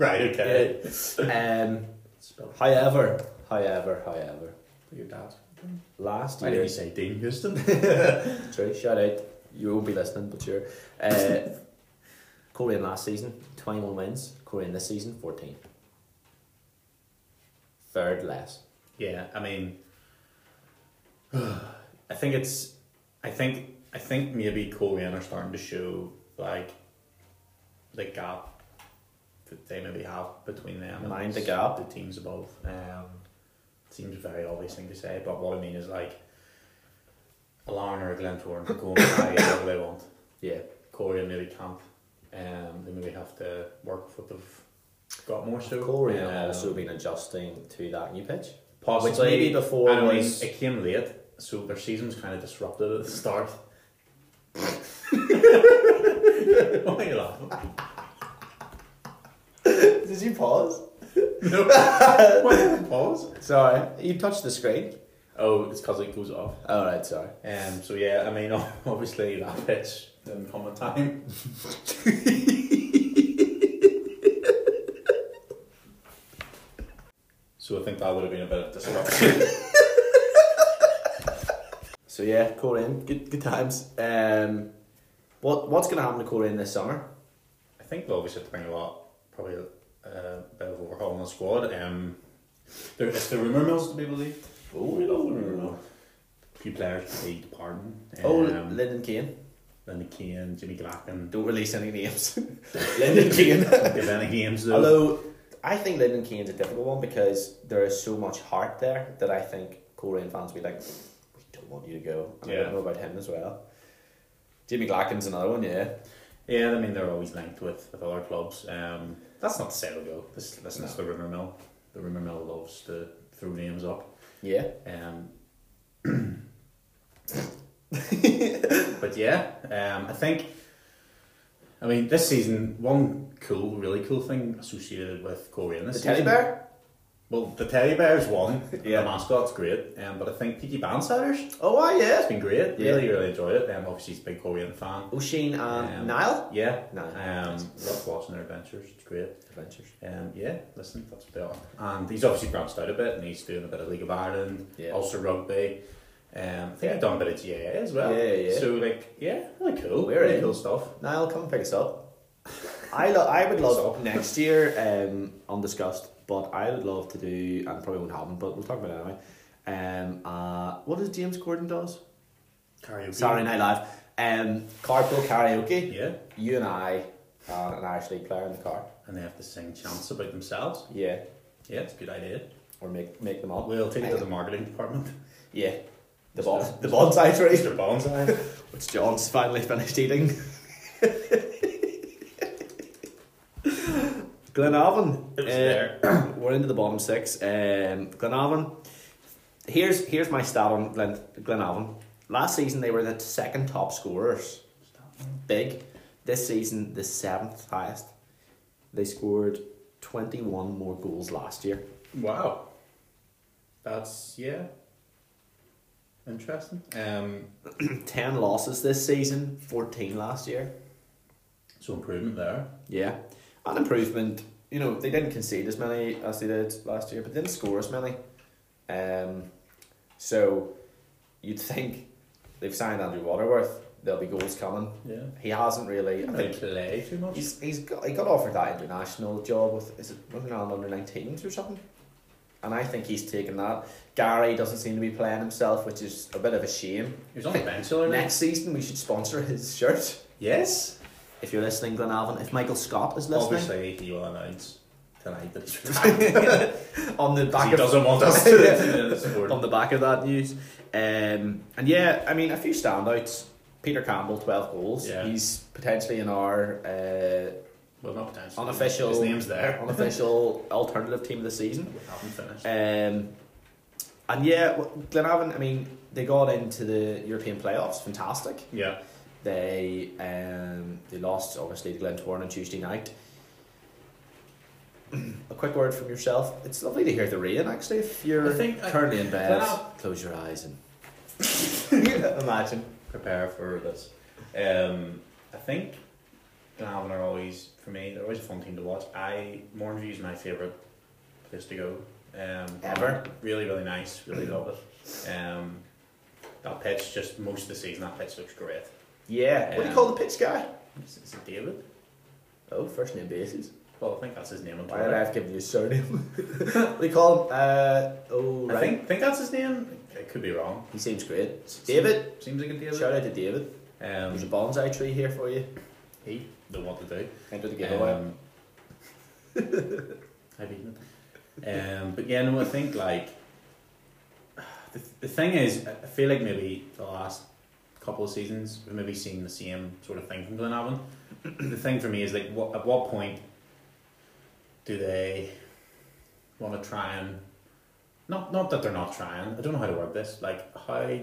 Speaker 2: Right. Okay.
Speaker 1: Um,
Speaker 2: Spelled
Speaker 1: however, however, however,
Speaker 2: your dad.
Speaker 1: last
Speaker 2: Why did
Speaker 1: year,
Speaker 2: you say Dean Houston?
Speaker 1: true, shout out, you won't be listening, but sure. Uh, (laughs) Korean last season, 21 wins. Korean this season, 14. Third less.
Speaker 2: (laughs) Yeah, I mean, (sighs) I think it's, I think, I think maybe Korean are starting to show like the gap that they maybe have between them. and
Speaker 1: Mind the gap.
Speaker 2: The teams above. Um, seems a very obvious thing to say, but what I mean is like, Alarn or Glentoran are (coughs) going high whatever they want.
Speaker 1: Yeah.
Speaker 2: Korean maybe camp. Um, they maybe have to work with what they've got more so.
Speaker 1: Corey
Speaker 2: Um,
Speaker 1: have also been adjusting to that new pitch.
Speaker 2: Possibly.
Speaker 1: Which maybe before
Speaker 2: I mean,
Speaker 1: was-
Speaker 2: it came late, so their season's kind of disrupted at
Speaker 1: (laughs)
Speaker 2: the start. Why are
Speaker 1: (laughs)
Speaker 2: you laughing?
Speaker 1: Did you pause?
Speaker 2: No. Why did you pause?
Speaker 1: Sorry, you touched the screen.
Speaker 2: Oh, it's because it goes off.
Speaker 1: All right, sorry.
Speaker 2: Um, so yeah, I mean, (laughs) obviously that pitch didn't come on time.
Speaker 1: (laughs)
Speaker 2: so I think that would have been a bit of disruption.
Speaker 1: So yeah, Corian, good good times. Um, what what's going to happen to Corian this summer?
Speaker 2: I think they'll obviously have to bring a lot, probably a uh, bit of overhaul in the squad. Um, there, if the rumour mill's to be believed,
Speaker 1: Oh,
Speaker 2: we love the rumour mill. A few players to be departing. Um,
Speaker 1: Oh, Lyndon Kane.
Speaker 2: Lenny Keane, Jimmy Glacken.
Speaker 1: Don't release any (laughs)
Speaker 2: (laughs)
Speaker 1: names. Lyndon Kane.
Speaker 2: Give any games though.
Speaker 1: Although I think Lyndon Kane's a difficult one because there is so much heart there that I think Korean fans will be like, we don't want you to go. And I
Speaker 2: Yeah.
Speaker 1: don't know about him as well. Jimmy Glacken's another one, yeah.
Speaker 2: Yeah, I mean they're always linked with, with other clubs. Um, that's not to say they'll go. This this is the rumour mill. The rumour mill loves to throw names up. (laughs)
Speaker 1: Yeah.
Speaker 2: Um, but yeah, um, I think. I mean, this season, one cool, really cool thing associated with Corey in this
Speaker 1: The teddy
Speaker 2: season-
Speaker 1: bear?
Speaker 2: Well, the teddy
Speaker 1: (laughs)
Speaker 2: bears won.
Speaker 1: Yeah.
Speaker 2: The mascot's great, um, but I think Peaky Blindsiders
Speaker 1: Oh, aye,
Speaker 2: has
Speaker 1: yeah.
Speaker 2: been great.
Speaker 1: Yeah.
Speaker 2: Really, really enjoyed it. Um, obviously, he's a big Korean fan.
Speaker 1: O'Sheen and
Speaker 2: Um,
Speaker 1: Niall?
Speaker 2: Yeah.
Speaker 1: Niall.
Speaker 2: Um, love watching their adventures. It's great.
Speaker 1: Adventures.
Speaker 2: Um, yeah, listen, that's what they are. And he's obviously branched out a bit, and he's doing a bit of League of Ireland,
Speaker 1: Yeah.
Speaker 2: also rugby. Um, I think
Speaker 1: Yeah.
Speaker 2: he's done a bit of GAA as well.
Speaker 1: Yeah, yeah.
Speaker 2: So like, yeah, really cool.
Speaker 1: We're
Speaker 2: really
Speaker 1: in.
Speaker 2: cool stuff.
Speaker 1: Niall, come pick us up. I lo- I would
Speaker 2: Pick us
Speaker 1: love
Speaker 2: up.
Speaker 1: next year, um, undiscussed, but I would love to do, and probably won't happen, but we'll talk about it anyway. Um, uh, what is James Corden does?
Speaker 2: Karaoke.
Speaker 1: Saturday Night Live. Um, carpool karaoke.
Speaker 2: Yeah,
Speaker 1: You and I, uh, an Irish league player in the car.
Speaker 2: and they have to sing chants about themselves.
Speaker 1: Yeah,
Speaker 2: Yeah, it's a good idea.
Speaker 1: or make make them up.
Speaker 2: We'll take it to the marketing department.
Speaker 1: Yeah, (laughs) the (laughs) bon- the bonsai tree, (laughs)
Speaker 2: Mr. Bonsai.
Speaker 1: which John's finally finished
Speaker 2: (laughs)
Speaker 1: eating. Glenavon.
Speaker 2: It was
Speaker 1: uh,
Speaker 2: there.
Speaker 1: we're into the bottom six. Um, Glenavon. Here's here's my stat on Glen Glenavon. Last season they were the second top scorers. Big. This season the seventh highest. They scored twenty one more goals last year. (clears throat)
Speaker 2: Wow. That's yeah. Interesting. Um,
Speaker 1: Ten losses this season, fourteen last year.
Speaker 2: so improvement there.
Speaker 1: Yeah. An improvement. You know, they didn't concede as many as they did last year, but didn't score as many. Um, so you'd think they've signed Andrew Waterworth, there'll be goals coming.
Speaker 2: Yeah.
Speaker 1: He hasn't really I
Speaker 2: Didn't really
Speaker 1: think
Speaker 2: play too much.
Speaker 1: he's he's got he got offered that international job with is it running around under nineteens or something? And I think he's taken that. Gary doesn't seem to be playing himself, which is a bit of a shame.
Speaker 2: He was on the bench the other night.
Speaker 1: Next season we should sponsor his shirt.
Speaker 2: Yes.
Speaker 1: If you're listening, Glenavon, if Michael Scott is listening
Speaker 2: Obviously, he will announce tonight that
Speaker 1: (laughs)
Speaker 2: he's retired.
Speaker 1: on the back
Speaker 2: he
Speaker 1: of
Speaker 2: doesn't want
Speaker 1: (laughs)
Speaker 2: us to. to support
Speaker 1: on
Speaker 2: him.
Speaker 1: the back of that news. Um, and yeah, I mean, a few standouts. Peter Campbell, 12 goals.
Speaker 2: Yeah.
Speaker 1: He's potentially in our uh,
Speaker 2: Well, not potentially.
Speaker 1: unofficial,
Speaker 2: His name's there. (laughs)
Speaker 1: unofficial alternative team of the season.
Speaker 2: We haven't finished.
Speaker 1: Um, and yeah, w- Glenavon, I mean, they got into the European playoffs. Fantastic.
Speaker 2: yeah.
Speaker 1: They um, they lost, obviously, to Glentoran on Tuesday night. (clears throat) A quick word from yourself. It's lovely to hear the rain, actually. If you're
Speaker 2: I think I-
Speaker 1: currently in bed,
Speaker 2: Well-
Speaker 1: close your eyes and (laughs) imagine.
Speaker 2: Prepare for this. Um, I think Glenavon are always, for me, they're always a fun team to watch. I Mornview is my favourite place to go. Um,
Speaker 1: Ever?
Speaker 2: Really, really nice. Really love it. Um, that pitch, just most of the season, that pitch looks great.
Speaker 1: Yeah. what do you
Speaker 2: Um,
Speaker 1: call the pitch guy?
Speaker 2: Is, is it David?
Speaker 1: Oh, first name basis.
Speaker 2: Well, I think that's his name on
Speaker 1: Why did
Speaker 2: Twitter.
Speaker 1: I have given you a surname? (laughs) what do you call him? Uh, oh,
Speaker 2: I
Speaker 1: right.
Speaker 2: think, think that's his name. I could be wrong.
Speaker 1: He seems great. David.
Speaker 2: Seems like a David.
Speaker 1: Shout out to David. There's a
Speaker 2: Um,
Speaker 1: bonsai tree here for you.
Speaker 2: he know what to do.
Speaker 1: Enter the giveaway.
Speaker 2: Um, (laughs) I've eaten it. Um, but yeah, no, I think like the, the thing is, I I feel like maybe the last couple of seasons we've maybe seen the same sort of thing from Glenavon. (clears throat) the thing for me is like, what at what point do they want to try and not not that they're not trying. I don't know how to word this. Like how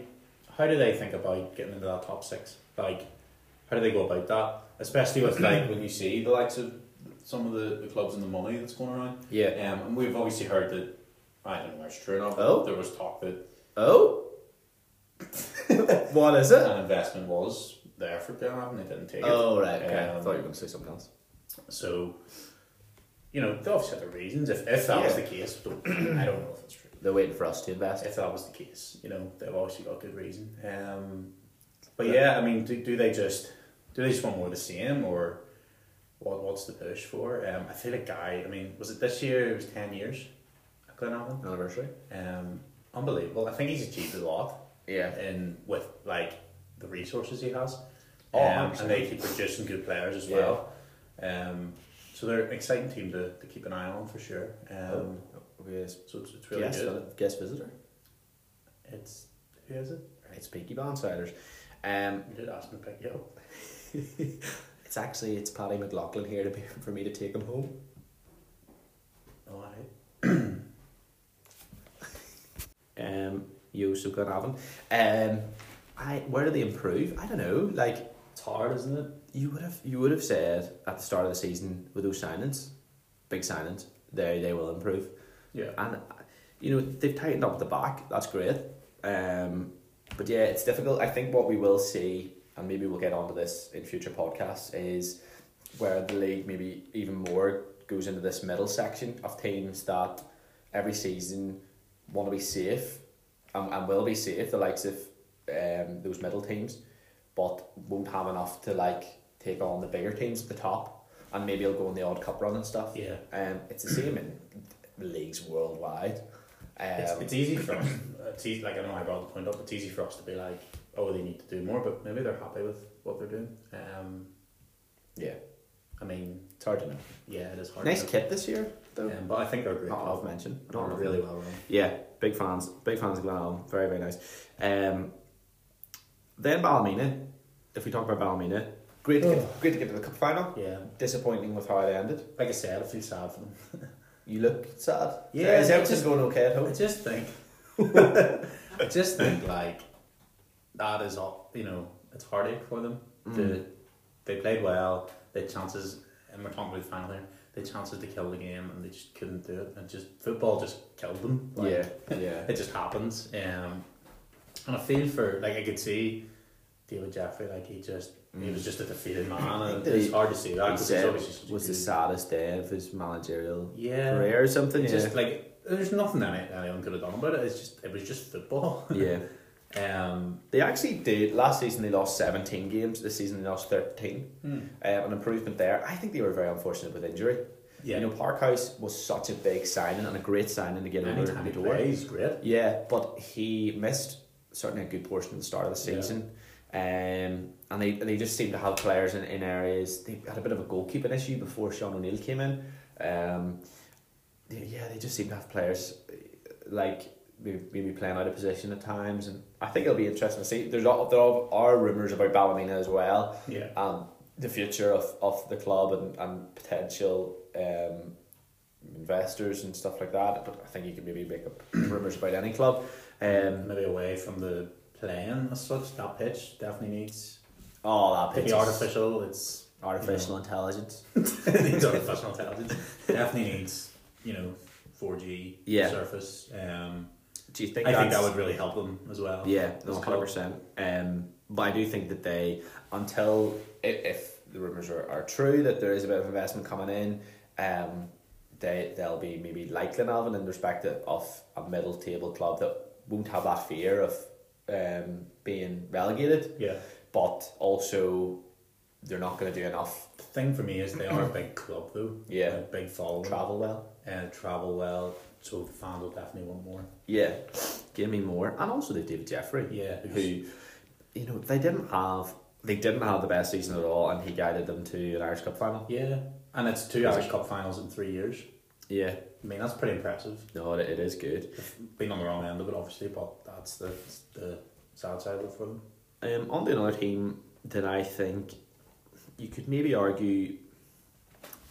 Speaker 2: how do they think about getting into that top six? Like how do they go about that? Especially with like when you see the likes of some of the, the clubs and the money that's going around.
Speaker 1: yeah.
Speaker 2: Um, and we've obviously heard that I don't know if it's true or not. but
Speaker 1: Oh.
Speaker 2: there was
Speaker 1: (laughs)
Speaker 2: talk that
Speaker 1: Oh. what is it?
Speaker 2: an investment was there for Glenavon and they didn't take it.
Speaker 1: Oh right, okay. I
Speaker 2: Um,
Speaker 1: thought you were going to say something else.
Speaker 2: So you know they obviously had their reasons. If if that was
Speaker 1: Yeah.
Speaker 2: the case, don't, I don't know if it's true.
Speaker 1: They're waiting for us to invest.
Speaker 2: if that was the case. You know, they've obviously got good reason. Um, but yeah, I mean, do, do they just do they just want more of the same, or what? What's the push for? Um, I feel like guy. I mean, was it this year? It was ten years at Glenavon.
Speaker 1: Anniversary.
Speaker 2: Um, unbelievable. I think he's achieved a lot
Speaker 1: Yeah.
Speaker 2: in with like the resources he has.
Speaker 1: Oh,
Speaker 2: Um,
Speaker 1: 100%.
Speaker 2: and they keep producing good players as
Speaker 1: Yeah.
Speaker 2: well. Um, so they're an exciting team to, to keep an eye on for sure. Um,
Speaker 1: Yes.
Speaker 2: so it's, it's really
Speaker 1: Oh. guest,
Speaker 2: good.
Speaker 1: guest visitor.
Speaker 2: It's who is it?
Speaker 1: It's Peaky Blindsiders. Um,
Speaker 2: You did ask me to pick you up.
Speaker 1: (laughs) it's actually it's Paddy McLaughlin here to be, for me to take him home.
Speaker 2: All right.
Speaker 1: Um, you so good having. Um, I where do they improve? I don't know. Like
Speaker 2: It's hard, isn't it?
Speaker 1: you would have you would have said at the start of the season with those signings, big signings, they they will improve.
Speaker 2: (clears throat) Yeah.
Speaker 1: and you know they've tightened up the back. That's great. Um, but yeah, it's difficult. I think what we will see, and maybe we'll get onto this in future podcasts, is where the league maybe even more goes into this middle section of teams that every season want to be safe and, and will be safe. The likes of um, those middle teams, but won't have enough to like take on the bigger teams at the top, and maybe will go on the odd cup run and stuff.
Speaker 2: Yeah.
Speaker 1: Um, it's the same in leagues worldwide. Um,
Speaker 2: It's, it's e- easy for us. It's easy, like I know I brought the point up. It's easy for us to be like, oh, they need to do more, but maybe they're happy with what they're doing. Um,
Speaker 1: yeah,
Speaker 2: I mean,
Speaker 1: it's hard to know.
Speaker 2: yeah, it is hard.
Speaker 1: Nice Oh,
Speaker 2: enough.
Speaker 1: kit this year, though.
Speaker 2: Um, but I think they're a great.
Speaker 1: Not
Speaker 2: club.
Speaker 1: enough mention.
Speaker 2: They're
Speaker 1: Not enough
Speaker 2: really well run.
Speaker 1: Yeah, big fans, big fans of Glen Allen. Very, very nice. Um, then Ballymena. If we talk about Ballymena, great to get, great to get to the cup final.
Speaker 2: Yeah,
Speaker 1: Disappointing with how it ended.
Speaker 2: like I said, I feel sad for them.
Speaker 1: You look sad.
Speaker 2: Yeah,
Speaker 1: is
Speaker 2: I
Speaker 1: everything
Speaker 2: just-
Speaker 1: going okay at
Speaker 2: I
Speaker 1: home? (laughs)
Speaker 2: just think, I just think like that is all. You know, it's heartache for them.
Speaker 1: Mm.
Speaker 2: To, they played well. They had chances, and we're talking about the final here. They had chances to kill the game, and they just couldn't do it. And just football just killed them. Like,
Speaker 1: yeah, (laughs) yeah.
Speaker 2: it just happens. Um, and I feel for like I could see David Jeffrey, like he just he was just a defeated man, and
Speaker 1: that
Speaker 2: it's
Speaker 1: Mm. he-
Speaker 2: hard to see that
Speaker 1: He
Speaker 2: because he's
Speaker 1: said
Speaker 2: obviously such
Speaker 1: it
Speaker 2: a
Speaker 1: was the
Speaker 2: good-
Speaker 1: saddest day of his managerial
Speaker 2: yeah
Speaker 1: career or something.
Speaker 2: It's just
Speaker 1: Just
Speaker 2: like there's nothing that any- anyone could have done about it. It's just it was just football. (laughs)
Speaker 1: yeah.
Speaker 2: Um,
Speaker 1: They actually did. Last season they lost 17 games. This season they lost 13. Um, an improvement there. I think they were very unfortunate with injury.
Speaker 2: yeah.
Speaker 1: You know, Parkhouse was such a big signing and a great signing to get over
Speaker 2: anytime he
Speaker 1: the door.
Speaker 2: plays, great.
Speaker 1: Yeah, but he missed certainly a good portion of the start of the
Speaker 2: Yeah.
Speaker 1: season. Um, and they they just seem to have players in, in areas. They had a bit of a goalkeeping issue before Sean O'Neill came in. Um, they- yeah, they just seem to have players eh, like may- maybe playing out of position at times. And I think it'll be interesting to see. There's all, there are rumours about Ballymena as well
Speaker 2: Yeah,
Speaker 1: um, the future of, of the club and, and potential um, investors and stuff like that. But I think you can maybe make up (coughs) rumours about any club. Um,
Speaker 2: maybe away from the playing as such. That pitch definitely needs
Speaker 1: oh, that
Speaker 2: to
Speaker 1: pitch
Speaker 2: be
Speaker 1: is
Speaker 2: artificial. It's (laughs)
Speaker 1: artificial intelligence.
Speaker 2: needs artificial intelligence. Definitely needs, you know, 4G
Speaker 1: Yeah.
Speaker 2: surface. Um,
Speaker 1: Do you
Speaker 2: I
Speaker 1: think
Speaker 2: think
Speaker 1: that's-
Speaker 2: that would really help them as well.
Speaker 1: Yeah,
Speaker 2: as
Speaker 1: no,
Speaker 2: a
Speaker 1: hundred
Speaker 2: club.
Speaker 1: percent. Um, but I do think that they, until if, if the rumors are, are true that there is a bit of investment coming in, um, they they'll be maybe like Glenalvin in respect of- of a middle table club that won't have that fear of um being relegated,
Speaker 2: Yeah.
Speaker 1: but also they're not going to do enough.
Speaker 2: The thing for me is they are a big club though.
Speaker 1: Yeah.
Speaker 2: A big following.
Speaker 1: Travel well.
Speaker 2: and travel well. So the fans will definitely want more.
Speaker 1: Yeah, give me more, and also they have David Jeffrey.
Speaker 2: Yeah.
Speaker 1: who you know they didn't have they didn't have the best season at all and he guided them to an Irish Cup final.
Speaker 2: Yeah. And it's two Irish Cup finals in three years.
Speaker 1: Yeah.
Speaker 2: I mean, that's pretty impressive.
Speaker 1: No, it, it is good.
Speaker 2: Being on the wrong end of it, obviously, but that's the, the sad side of it for them.
Speaker 1: Um on the another team that I think you could maybe argue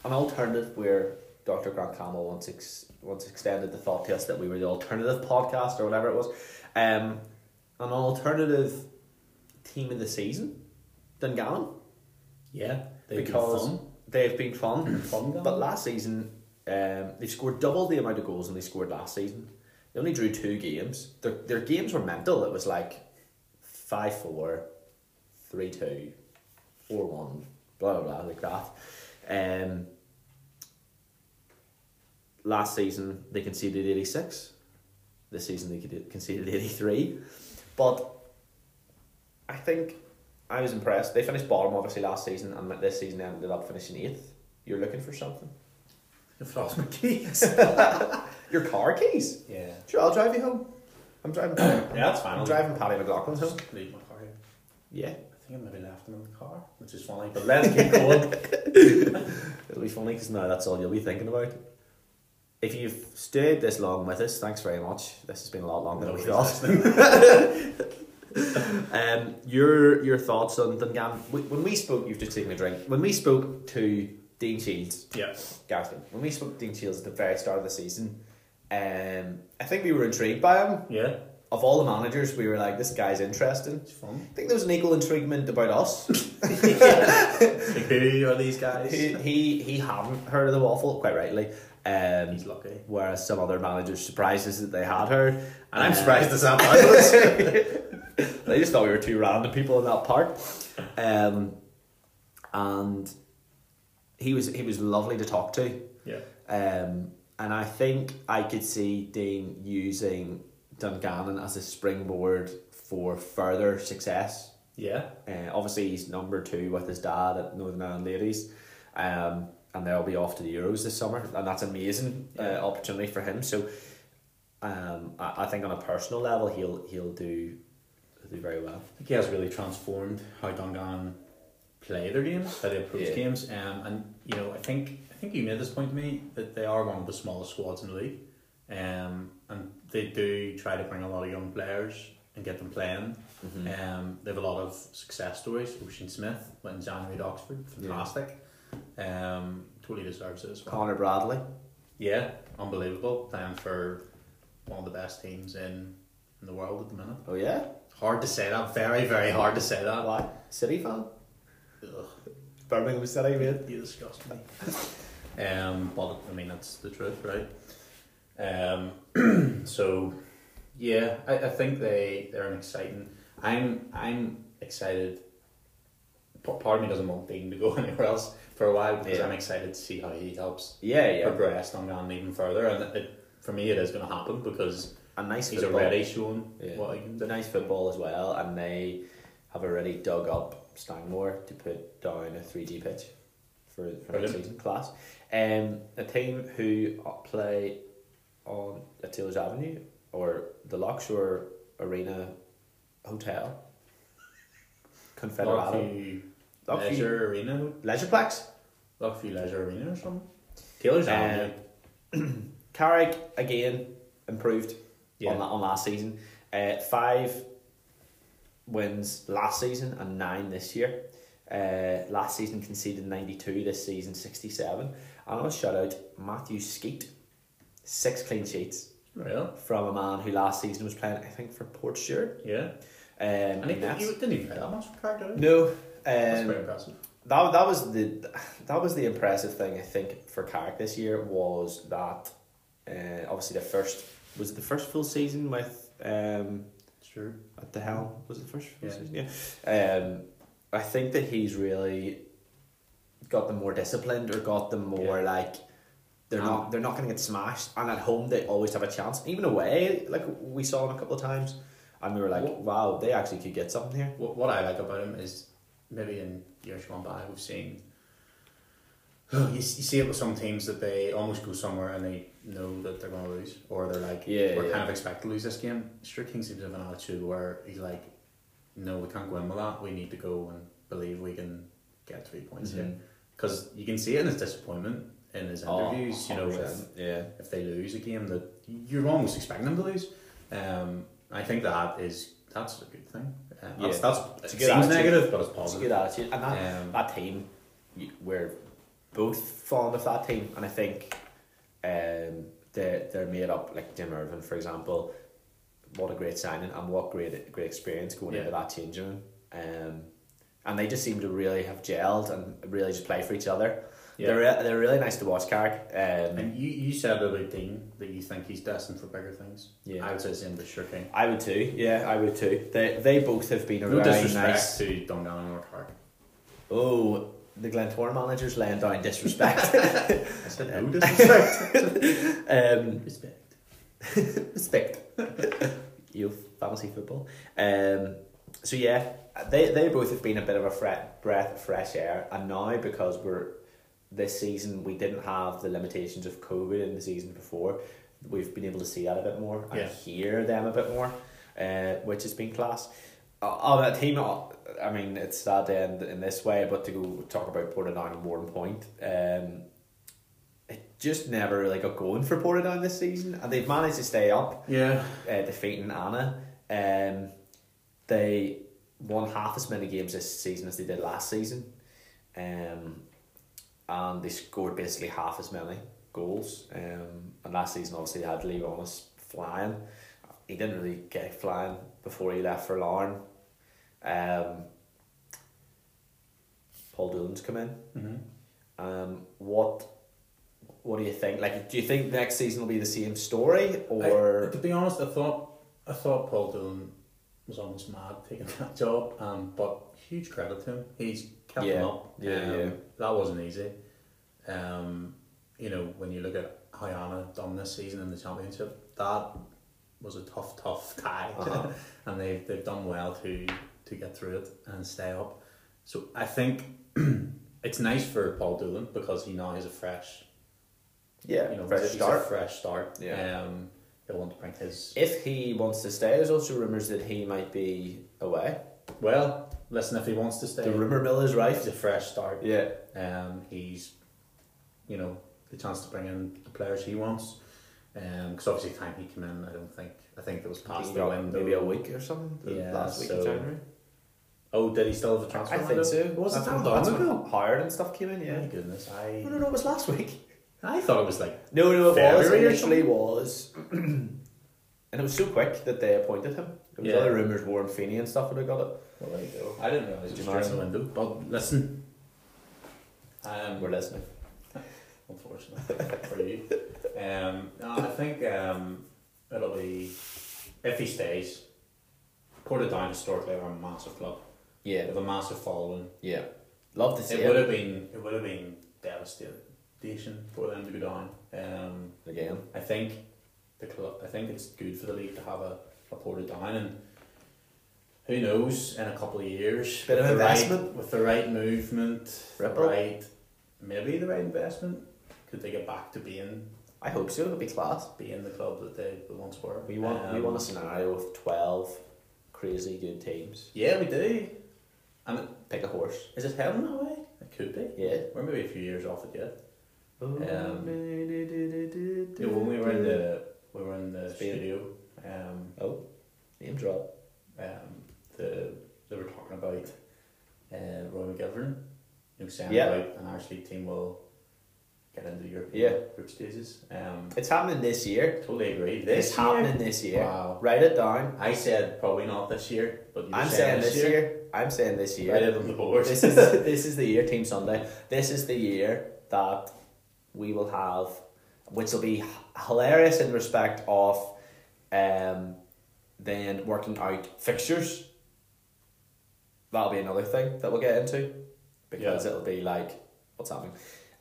Speaker 1: an alternative where Dr. Grant Campbell once ex- once extended the thought to us that we were the alternative podcast or whatever it was. Um an alternative team of the season, Dungannon.
Speaker 2: Yeah. They've
Speaker 1: because
Speaker 2: been
Speaker 1: they've been fun.
Speaker 2: (clears throat) Fun
Speaker 1: But
Speaker 2: going.
Speaker 1: last season, um, they scored double the amount of goals than they scored last season. They only drew two games. Their their games were mental. It was like five four, three two, four one, blah blah blah like that. Um, last season they conceded eighty six. This season they con- conceded eighty three, but I think I was impressed. They finished bottom obviously last season, and this season they ended up finishing eighth. You're looking for something.
Speaker 2: If lost my keys. (laughs)
Speaker 1: Your car keys.
Speaker 2: yeah.
Speaker 1: Sure, I'll drive you home. I'm (coughs) driving.
Speaker 2: Yeah,
Speaker 1: I'm
Speaker 2: that's fine. I'll
Speaker 1: driving Paddy McLaughlin's home.
Speaker 2: leave my car here.
Speaker 1: Yeah,
Speaker 2: I think I maybe left him in the car, which is funny. But let's (laughs) keep going.
Speaker 1: it'll be funny because now that's all you'll be thinking about. If you've stayed this long with us, thanks very much. This has been a lot longer than we
Speaker 2: Nobody's
Speaker 1: thought. (laughs) um, your your thoughts on Dungan? When we spoke, you've just taken a drink. When we spoke to Dean Shields
Speaker 2: yeah.
Speaker 1: Gareth, when we spoke to Dean Shields at the very start of the season, um, I think we were intrigued by him.
Speaker 2: Yeah.
Speaker 1: Of all the managers, we were like, this guy's interesting.
Speaker 2: It's fun. (laughs)
Speaker 1: I think there was an equal intriguement about us.
Speaker 2: Like, who are these guys?
Speaker 1: he, he he hadn't heard of the waffle, quite rightly. Um,
Speaker 2: He's lucky.
Speaker 1: whereas some other managers surprises that they had her, and I'm
Speaker 2: Uh,
Speaker 1: surprised it's not Douglas. they just thought we were two random people in that part, um, and he was he was lovely to talk to,
Speaker 2: (laughs) Yeah.
Speaker 1: um, and I think I could see Dean using Dungannon as a springboard for further success.
Speaker 2: Yeah.
Speaker 1: Uh, obviously, he's number two with his dad at Northern Ireland Ladies, um, and they'll be off to the Euros this summer, and that's amazing uh, opportunity for him. So, um, I, I think on a personal level, he'll he'll do he'll do very well.
Speaker 2: I think he has really transformed how Dungan play their games, how they approach
Speaker 1: Yeah.
Speaker 2: games. Um, and you know, I think I think you made this point to me that they are one of the smallest squads in the league. Um, and they do try to bring a lot of young players and get them playing. Um, they have a lot of success stories. Ocean Smith went in January to Oxford, fantastic. Um, totally deserves it as well.
Speaker 1: Connor Bradley,
Speaker 2: Yeah, unbelievable. Playing for one of the best teams in, in the world at the minute.
Speaker 1: oh yeah,
Speaker 2: Hard to say that. Very, very hard to say that.
Speaker 1: why City fan,
Speaker 2: Ugh,
Speaker 1: Birmingham City man.
Speaker 2: you disgust me. (laughs) um, but I mean that's the truth, right? Um, (clears throat) so yeah, I, I think they they're an exciting. I'm I'm excited. P- part of me doesn't want Dean to go (laughs) anywhere else for a while because
Speaker 1: Yeah.
Speaker 2: I'm excited to see how he helps
Speaker 1: Yeah, yeah,
Speaker 2: progress Nangan even further, and it, for me it is going to happen because
Speaker 1: a nice
Speaker 2: he's
Speaker 1: football.
Speaker 2: already shown
Speaker 1: Yeah.
Speaker 2: what he can
Speaker 1: the
Speaker 2: do.
Speaker 1: nice football as well, and they have already dug up Stangmore to put down a three D pitch for for next
Speaker 2: Brilliant.
Speaker 1: season class. Um, a team who play on at Taylor's Avenue or the Lockshore Arena Hotel, Confederado,
Speaker 2: Lockview
Speaker 1: Lockview.
Speaker 2: Leisure Arena,
Speaker 1: Leisureplex,
Speaker 2: Lockview Leisure Arena or something. Taylor's
Speaker 1: Uh,
Speaker 2: Avenue.
Speaker 1: Carrick again improved
Speaker 2: Yeah.
Speaker 1: on la- on last season. Uh, five wins last season and nine this year. Uh, last season conceded ninety two. This season sixty seven. And I want to shout out Matthew Skeet, six clean sheets
Speaker 2: Real?
Speaker 1: from a man who last season was playing I think for Port Stewart.
Speaker 2: Yeah.
Speaker 1: Um,
Speaker 2: And he,
Speaker 1: in Nets.
Speaker 2: he didn't even play that much for Cardiff. did he?
Speaker 1: no. Um,
Speaker 2: That's pretty impressive.
Speaker 1: that that was the that was the impressive thing I think for Carrick this year was that uh, obviously the first was it the first full season with um
Speaker 2: It's true.
Speaker 1: at the helm was it the first full
Speaker 2: Yeah.
Speaker 1: season yeah um I think that he's really got them more disciplined or got them more like they're not they're not gonna get smashed and at home they always have a chance even away like we saw them a couple of times and we were like
Speaker 2: What-
Speaker 1: wow they actually could get something here
Speaker 2: What, what I like about him is maybe in years gone by we've seen. (sighs) you, s- you see it with some teams that they almost go somewhere and they know that they're going to lose, or they're like,
Speaker 1: Yeah,
Speaker 2: we're
Speaker 1: yeah.
Speaker 2: kind of expect to lose this game. Sure, King seems to have an attitude where he's like, no, we can't go in with that. We need to go and believe we can get three points here. Because you can see it in his disappointment in his
Speaker 1: Oh,
Speaker 2: interviews, you know, with
Speaker 1: 100%, yeah
Speaker 2: if they lose a game that you're almost expecting them to lose. Um, I think that is that's a good thing. Uh, that's,
Speaker 1: Yeah.
Speaker 2: that's it
Speaker 1: It's a
Speaker 2: seems
Speaker 1: good attitude.
Speaker 2: negative, but it's
Speaker 1: It's a
Speaker 2: positive.
Speaker 1: good attitude, and that,
Speaker 2: Um,
Speaker 1: that team, y- we're both fond of that team, and I think um, they're, they're made up, like Jim Irvin, for example, what a great signing, and what great great experience going
Speaker 2: Yeah.
Speaker 1: into that changing room. Um, and they just seem to really have gelled and really just play for each other.
Speaker 2: Yeah.
Speaker 1: They're, re- they're really nice to watch, Carrick. Um,
Speaker 2: And you, you said about Dean that you think he's destined for bigger things.
Speaker 1: Yeah.
Speaker 2: I would say the same with Sure King.
Speaker 1: I would too, yeah, I would too. They, they both have been a
Speaker 2: No
Speaker 1: very
Speaker 2: disrespect
Speaker 1: nice.
Speaker 2: to Dungannon or Clark.
Speaker 1: Oh, the Glentoran manager's laying down
Speaker 2: (laughs)
Speaker 1: disrespect.
Speaker 2: I said no disrespect.
Speaker 1: (laughs) um,
Speaker 2: respect.
Speaker 1: respect (laughs) youth fantasy football. Um, so yeah, they they both have been a bit of a fre- breath of fresh air, and now because we're this season we didn't have the limitations of COVID in the season before, we've been able to see that a bit more and
Speaker 2: Yeah.
Speaker 1: hear them a bit more, uh, which has been class. Uh, on a team, uh, I mean, it's sad to end in this way, but to go talk about Portadown and Warden Point, um, it just never really got going for Portadown this season, and they've managed to stay up
Speaker 2: Yeah.
Speaker 1: uh, defeating Anna. Um, they won half as many games this season as they did last season, um, and they scored basically half as many goals. Um, and last season, obviously, they had Lee Ronis flying. He didn't really get flying before he left for Larne. Um, Paul Doolan's come in.
Speaker 2: hmm
Speaker 1: Um, what What do you think? Like, do you think next season will be the same story, or
Speaker 2: I, to be honest, I thought I thought Paul Dillon was almost mad taking (laughs) that job. Um, but huge credit to him. He's kept
Speaker 1: Yeah.
Speaker 2: him up.
Speaker 1: Yeah,
Speaker 2: um,
Speaker 1: yeah.
Speaker 2: That wasn't easy. Um, you know, when you look at how Anna done this season in the championship, that was a tough, tough (laughs) tie.
Speaker 1: Uh-huh.
Speaker 2: and they've they've done well to to get through it and stay up. So I think (clears throat) it's nice for Paul Doolan because he now has a fresh
Speaker 1: yeah,
Speaker 2: you know,
Speaker 1: fresh
Speaker 2: he's
Speaker 1: start?
Speaker 2: a fresh start.
Speaker 1: Yeah.
Speaker 2: Um, he'll want to bring his.
Speaker 1: If he wants to stay, there's also rumors that he might be away.
Speaker 2: Well, listen, if he wants to stay,
Speaker 1: The rumor mill is right.
Speaker 2: he's a fresh start.
Speaker 1: Yeah,
Speaker 2: Um, he's, you know, the chance to bring in the players he wants. Because obviously, the time he came in, I don't think. I think it was past
Speaker 1: He
Speaker 2: the
Speaker 1: got
Speaker 2: window.
Speaker 1: maybe a week or something. the
Speaker 2: Yeah,
Speaker 1: last week
Speaker 2: so-
Speaker 1: of January.
Speaker 2: Oh, did he still have a transfer?
Speaker 1: I
Speaker 2: window?
Speaker 1: think so.
Speaker 2: Was it
Speaker 1: That's
Speaker 2: that
Speaker 1: when-
Speaker 2: long
Speaker 1: that's when
Speaker 2: ago?
Speaker 1: Hired and stuff came in.
Speaker 2: My
Speaker 1: Yeah.
Speaker 2: goodness, I
Speaker 1: No, no, no. It was last week.
Speaker 2: I thought it was like
Speaker 1: No, no, it was. It
Speaker 2: February or
Speaker 1: literally was. (clears throat) and it was so quick that they appointed him. There was
Speaker 2: Yeah.
Speaker 1: other rumours Warren Feeney and stuff would have got it.
Speaker 2: Well, there you go. I didn't realize it was
Speaker 1: Jamar.
Speaker 2: during the window. But listen, um,
Speaker 1: We're listening.
Speaker 2: unfortunately for you. Um, no, I think um, it'll be if he stays. Portadown historically are a massive club. They
Speaker 1: Yeah,
Speaker 2: have a massive following.
Speaker 1: yeah. Love to see
Speaker 2: It would
Speaker 1: it,
Speaker 2: have been it would have been devastation for them to go down. Um,
Speaker 1: again.
Speaker 2: I think the club. I think it's good for the league to have a, a Portadown and. Who knows? In a couple of years,
Speaker 1: Bit of
Speaker 2: with the right,
Speaker 1: investment.
Speaker 2: with the right movement,
Speaker 1: Ripple.
Speaker 2: the right maybe the right investment, could they get back to being
Speaker 1: I hope so. It'll be class.
Speaker 2: be in the club that they they once were.
Speaker 1: We want we
Speaker 2: Um,
Speaker 1: want a scenario of twelve crazy good teams.
Speaker 2: Yeah, we do. And it-
Speaker 1: Pick a horse.
Speaker 2: is it heading that way? It could be.
Speaker 1: Yeah. Um,
Speaker 2: We're maybe a few years off it yet. Yeah, when we were in the we were in the
Speaker 1: Spain.
Speaker 2: studio, um,
Speaker 1: oh, name drop.
Speaker 2: um, the they were talking about uh, Roy McGivern, you know, saying
Speaker 1: Yeah.
Speaker 2: about an Irish league team will get into the European
Speaker 1: Yeah.
Speaker 2: group stages. Um,
Speaker 1: It's happening this year.
Speaker 2: totally agree.
Speaker 1: It's
Speaker 2: This year-
Speaker 1: happening this year.
Speaker 2: Wow.
Speaker 1: Write it down.
Speaker 2: I said probably not this year, but you're
Speaker 1: I'm saying this year. I'm saying this year.
Speaker 2: Right on the board.
Speaker 1: this is this is the (laughs) year Team Sunday. This is the year that we will have, which will be h- hilarious in respect of, um, then working out fixtures. That'll be another thing that we'll get into, because
Speaker 2: Yeah.
Speaker 1: it'll be like what's happening,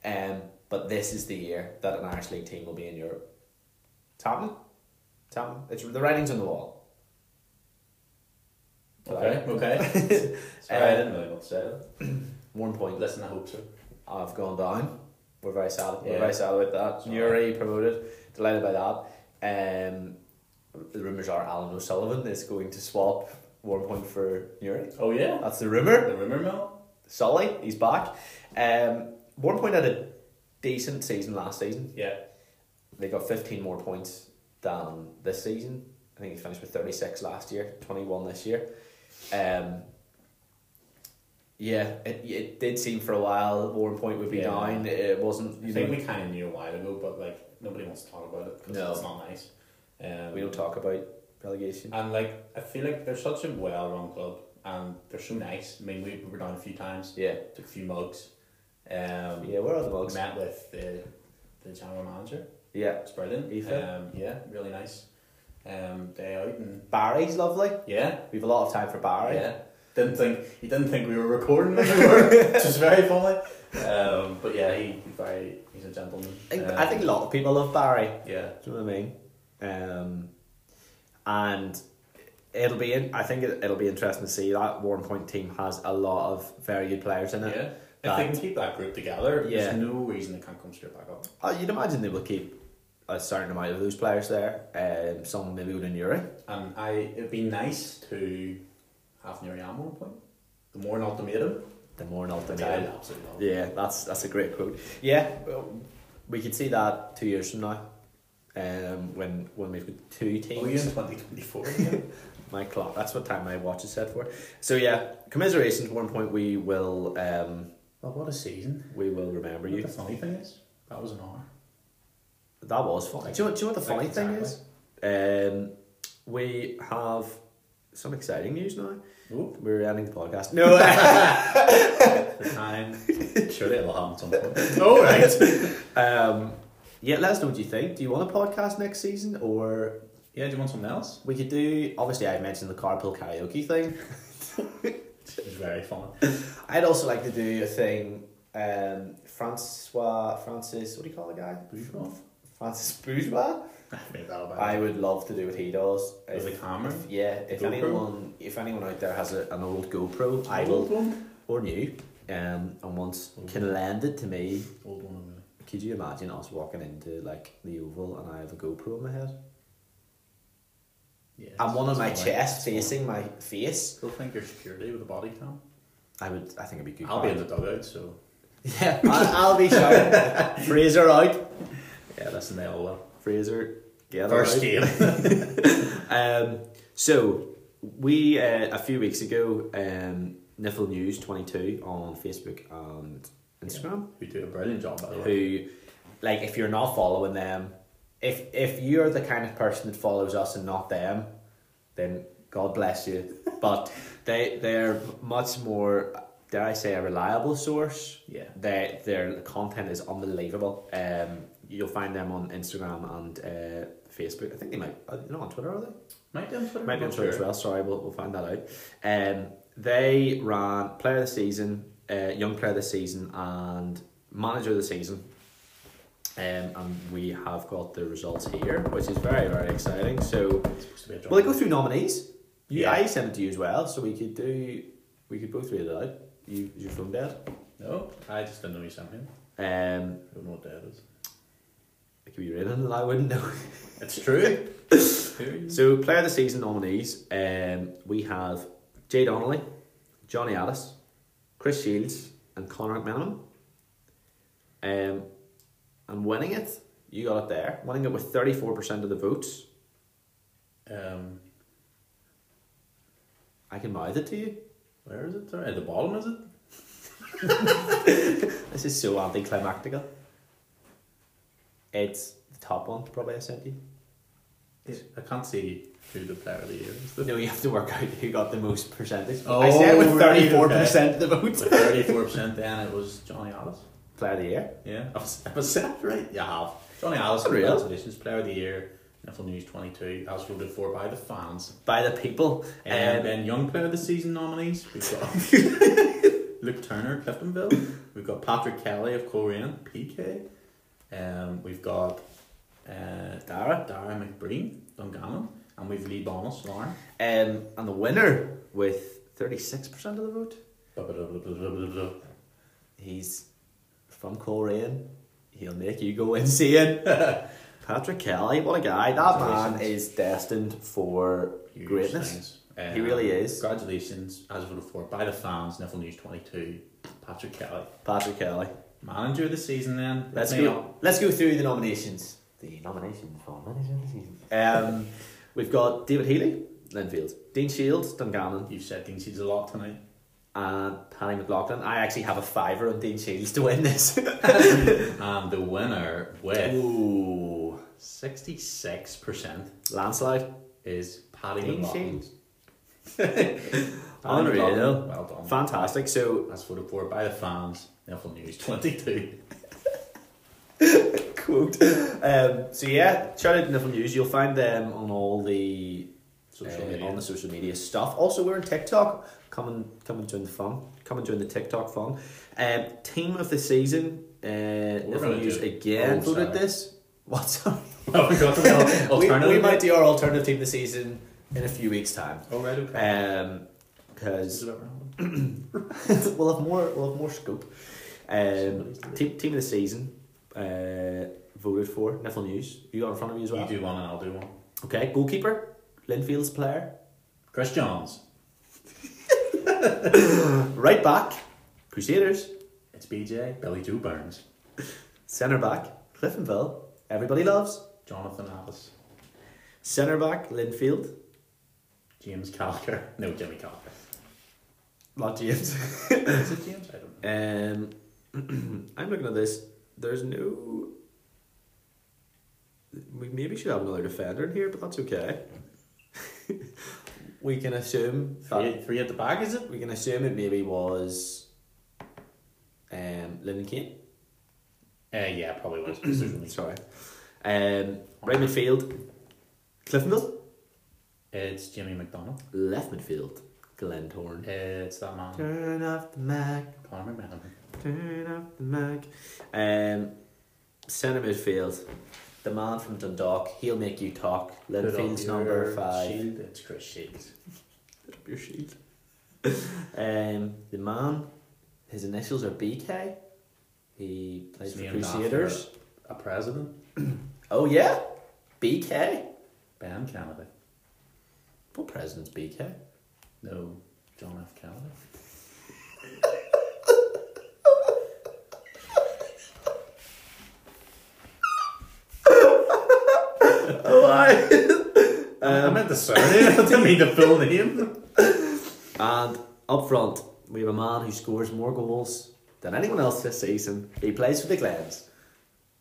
Speaker 1: um. But this is the year that an Irish league team will be in Europe. It's happening. It's happening. It's the writing's on the wall.
Speaker 2: (laughs) Okay, okay. (laughs)
Speaker 1: okay. (laughs)
Speaker 2: Sorry, I didn't really want to say that.
Speaker 1: One point.
Speaker 2: Listen, I hope so.
Speaker 1: I've gone down. We're very sad. We're
Speaker 2: Yeah.
Speaker 1: very sad about that.
Speaker 2: Sorry.
Speaker 1: Newry promoted. Delighted by that. Um, the rumours are Alan O'Sullivan is going to swap one point for Newry.
Speaker 2: Oh yeah,
Speaker 1: That's the rumour.
Speaker 2: the rumor mill.
Speaker 1: Sully, he's back. Um, one point had a decent season last season.
Speaker 2: Yeah,
Speaker 1: They got 15 more points than this season. I think he finished with 36 last year, 21 this year. Um, yeah, it, it did seem for a while Warren Point would be
Speaker 2: Yeah.
Speaker 1: down. It wasn't. You
Speaker 2: I
Speaker 1: know,
Speaker 2: think we kind of knew a while ago, but like nobody wants to talk about it because
Speaker 1: No.
Speaker 2: it's not nice. Um,
Speaker 1: We don't talk about relegation.
Speaker 2: And like, I feel like they're such a well-run club, and they're so nice. I mean, we we were down a few times,
Speaker 1: Yeah.
Speaker 2: took a few mugs. Um,
Speaker 1: Yeah, we're on the mugs.
Speaker 2: Met with the the general manager.
Speaker 1: Yeah.
Speaker 2: It's brilliant.
Speaker 1: Aoife.
Speaker 2: Um, yeah, really nice. Um, day out and
Speaker 1: Barry's lovely.
Speaker 2: yeah,
Speaker 1: We have a lot of time for Barry.
Speaker 2: Yeah. Didn't think you didn't think we were recording when we (laughs) were, which is very funny. Um, but yeah, he, he's very he's a gentleman.
Speaker 1: I, think,
Speaker 2: Um,
Speaker 1: I think a lot of people love Barry.
Speaker 2: yeah.
Speaker 1: Do you know what I mean? Um, and it'll be in, I think it, it'll be interesting to see that Warren Point team has a lot of very good players in it.
Speaker 2: Yeah. If they
Speaker 1: That-
Speaker 2: can keep that group together,
Speaker 1: Yeah.
Speaker 2: there's no reason they can't come straight back up.
Speaker 1: Uh, you'd imagine they will keep a certain amount of those players there. Um, some maybe within Europe.
Speaker 2: And I it'd be nice to have Nuri Am on point. The more an ultimatum,
Speaker 1: The more an
Speaker 2: the
Speaker 1: ultimate.
Speaker 2: I absolutely love.
Speaker 1: Yeah, that's that's a great quote. Yeah, well, we could see that two years from now, um, when when we've got two
Speaker 2: Are you Oh, in
Speaker 1: teams.
Speaker 2: twenty twenty four?
Speaker 1: My clock. That's what time my watch is set for. So yeah, commiserations. One point we will um,
Speaker 2: (laughs) Well, what a season!
Speaker 1: we will remember
Speaker 2: You
Speaker 1: you.
Speaker 2: the funny thing is that was an hour.
Speaker 1: That was funny. Do you, know- do you know what the funny
Speaker 2: Like,
Speaker 1: thing is? Um, we have some exciting news now.
Speaker 2: Ooh.
Speaker 1: We're ending the podcast. (laughs)
Speaker 2: uh,
Speaker 1: No,
Speaker 2: (laughs) The time surely it'll happen at some point. All right.
Speaker 1: um, Yeah, let us know what you think. Do you want a podcast next season, or
Speaker 2: Yeah, do you want something else?
Speaker 1: we could do? Obviously, I mentioned the carpool karaoke thing.
Speaker 2: It's very fun.
Speaker 1: I'd also like to do a thing. Um, Francois, Francis, what do you call the guy?
Speaker 2: Bourgeois?
Speaker 1: Francis Bourgeois.
Speaker 2: I've made that up.
Speaker 1: I would love to do what he does.
Speaker 2: With a camera?
Speaker 1: If- yeah, if
Speaker 2: GoPro?
Speaker 1: anyone, if anyone out there has a, an old GoPro, I
Speaker 2: Old
Speaker 1: will
Speaker 2: one?
Speaker 1: or new, um, and once
Speaker 2: Mm-hmm.
Speaker 1: can lend it to me.
Speaker 2: Old one, I'm
Speaker 1: Could you imagine us walking into like the Oval and I have a GoPro on my head?
Speaker 2: Yeah,
Speaker 1: and one on
Speaker 2: it's
Speaker 1: my
Speaker 2: fine.
Speaker 1: chest facing my face.
Speaker 2: They'll think you're security with a body cam.
Speaker 1: I would. I think it'd be good.
Speaker 2: I'll be in the
Speaker 1: crack.
Speaker 2: dugout, so.
Speaker 1: (laughs) Yeah, I'll, I'll be
Speaker 2: (laughs)
Speaker 1: shouting. Fraser out.
Speaker 2: Yeah, listen, they all will.
Speaker 1: Fraser, get out.
Speaker 2: game.
Speaker 1: (laughs) Um, so we uh, a few weeks ago, um, Niffle News Twenty Two on Facebook and Instagram.
Speaker 2: you do a brilliant job, by the way.
Speaker 1: Who, like, if you're not following them, if if you're the kind of person that follows us and not them, then God bless you. but they they're much more dare I say a reliable source.
Speaker 2: Yeah.
Speaker 1: Their their content is unbelievable. Um, you'll find them on Instagram and uh, Facebook. I think they might. Are they not on Twitter? Are they?
Speaker 2: Might be on Twitter.
Speaker 1: Might be on
Speaker 2: I'm
Speaker 1: Twitter
Speaker 2: not
Speaker 1: as well. Sorry, we'll, we'll find that out. Um, they ran player of the season, uh, young player of the season, and manager of the season. Um, and we have got the results here, which is very very exciting. So,
Speaker 2: It's supposed to be a
Speaker 1: will I
Speaker 2: job.
Speaker 1: go through nominees? You,
Speaker 2: Yeah.
Speaker 1: I sent it to you as well, so we could do we could both read it out. You, is your phone dead?
Speaker 2: No, I just didn't know you sent me. one.
Speaker 1: Um,
Speaker 2: I don't know what day it is.
Speaker 1: it could be written, and I wouldn't know. (laughs)
Speaker 2: It's true. Who
Speaker 1: So, player of the season nominees, um, we have Jay Donnelly, Johnny Alice, Chris Shields, and Conor McMenamin. Um, and winning it, you got it there. Winning it with thirty four percent of the votes.
Speaker 2: um,
Speaker 1: I can mouth it to you.
Speaker 2: where is it? Sorry, at the bottom is it?
Speaker 1: This is so anticlimactical. It's the top one, probably I sent you.
Speaker 2: I can't see who the player of the year is.
Speaker 1: No, you have to work out who got the most percentage.
Speaker 2: Oh,
Speaker 1: I said with
Speaker 2: right,
Speaker 1: thirty four percent of the votes. (laughs)
Speaker 2: Thirty-four percent. Then it was Johnny Alice.
Speaker 1: Player of the year.
Speaker 2: Yeah, I was, I was set right. Yeah, I have. Johnny Alice.
Speaker 1: Unreal.
Speaker 2: Congratulations, player of the year. NFL News twenty-two. As voted for by the fans.
Speaker 1: By the people.
Speaker 2: And
Speaker 1: Um,
Speaker 2: then Young Player of the Season nominees, we've
Speaker 1: (laughs)
Speaker 2: got Luke Turner, Cliftonville. We've got Patrick Kelly of Korean, PK. Um, we've got uh,
Speaker 1: Dara.
Speaker 2: Dara McBreen, Dungannon. And we've Lee Bonus, Lauren.
Speaker 1: Um, and the winner with 36% of the vote,
Speaker 2: Blah, blah, blah, blah, blah, blah, blah, blah.
Speaker 1: he's from Coleraine. He'll make you go insane. (laughs) Patrick Kelly, what a guy. That man
Speaker 2: Congratulations.
Speaker 1: is destined for
Speaker 2: Huge
Speaker 1: greatness.
Speaker 2: things. Um,
Speaker 1: He really is.
Speaker 2: Congratulations, as voted for by the fans, Niffle News 22, Patrick Kelly.
Speaker 1: Patrick Kelly.
Speaker 2: Manager of the season then. Let
Speaker 1: Let's
Speaker 2: me
Speaker 1: go,
Speaker 2: up.
Speaker 1: let's go through the nominations. The nominations for manager of the season. Um, we've got David Healy, Linfield, Dean Shields, Dungannon,
Speaker 2: You've said Dean Seeds a lot tonight.
Speaker 1: and Paddy McLaughlin. I actually have a fiver on Dean Shields to win this. (laughs)
Speaker 2: And the winner with...
Speaker 1: Ooh.
Speaker 2: Sixty-six percent
Speaker 1: Landslide.
Speaker 2: is Paddy
Speaker 1: Dean
Speaker 2: McLaughlin.
Speaker 1: Shields.
Speaker 2: (laughs) Paddy
Speaker 1: Unreal.
Speaker 2: McLaughlin, Well done.
Speaker 1: Fantastic. So
Speaker 2: That's voted for by the fans. Niffle
Speaker 1: (laughs)
Speaker 2: News twenty-two.
Speaker 1: quote. Um, so yeah, shout out to Niffle News. You'll find them on all the
Speaker 2: Social
Speaker 1: uh,
Speaker 2: media.
Speaker 1: on the social media stuff. Also, we're on TikTok. Come and come and join the fun. Come and join the TikTok fun. Um, team of the season. Uh,
Speaker 2: gonna
Speaker 1: Niffle News
Speaker 2: do-
Speaker 1: again
Speaker 2: oh,
Speaker 1: voted
Speaker 2: sorry.
Speaker 1: this. (laughs) What's up?
Speaker 2: oh, we got the al-
Speaker 1: we,
Speaker 2: alternative.
Speaker 1: we might do our alternative team of the season in a few weeks' time.
Speaker 2: Oh, right. Okay.
Speaker 1: Um, because
Speaker 2: Is it ever happened?
Speaker 1: (laughs) we'll have more we'll have more scope. Um,
Speaker 2: Somebody's doing it.
Speaker 1: team team of the season uh, voted for Niffle News. You got in front of you as well.
Speaker 2: You do one and I'll do one.
Speaker 1: Okay, goalkeeper, Linfield's player,
Speaker 2: Chris Johns.
Speaker 1: right back, Crusaders,
Speaker 2: It's BJ. Billy Joe Burns.
Speaker 1: centre back, Cliftonville. Everybody loves
Speaker 2: Jonathan Alice.
Speaker 1: centre back, Linfield.
Speaker 2: James Calker. No, Jimmy Calker.
Speaker 1: Not James. (laughs)
Speaker 2: Is it James? I don't know.
Speaker 1: um, (clears throat) I'm looking at this. There's no. We maybe should have another defender in here, but that's okay. (laughs) we can assume that
Speaker 2: Three, three at the back, is it?
Speaker 1: we can assume it maybe was um, Lyndon Kane.
Speaker 2: Uh, yeah, probably was. because there's only-
Speaker 1: Sorry. Um, right midfield, Cliff Mill.
Speaker 2: It's Jimmy McDonald.
Speaker 1: Left midfield, Glenn Torn.
Speaker 2: It's that man,
Speaker 1: Turn off the mic.
Speaker 2: Conor McManaman.
Speaker 1: Turn off the mic. Um, centre midfield, the man from Dundalk. He'll make you talk.
Speaker 2: Put up
Speaker 1: Linfield's
Speaker 2: your
Speaker 1: number five.
Speaker 2: Shield. It's Chris Shields.
Speaker 1: Your sheet. um, the man, his initials are BK. He plays
Speaker 2: It's
Speaker 1: for
Speaker 2: named after
Speaker 1: Crusaders.
Speaker 2: A president,
Speaker 1: Oh yeah, BK.
Speaker 2: Ben Kennedy.
Speaker 1: What president's BK?
Speaker 2: No, John F. Kennedy.
Speaker 1: Oh, I. Um,
Speaker 2: I meant the surname. I didn't mean the full name.
Speaker 1: And up front, we have a man who scores more goals than anyone else this season. He plays for the Glens.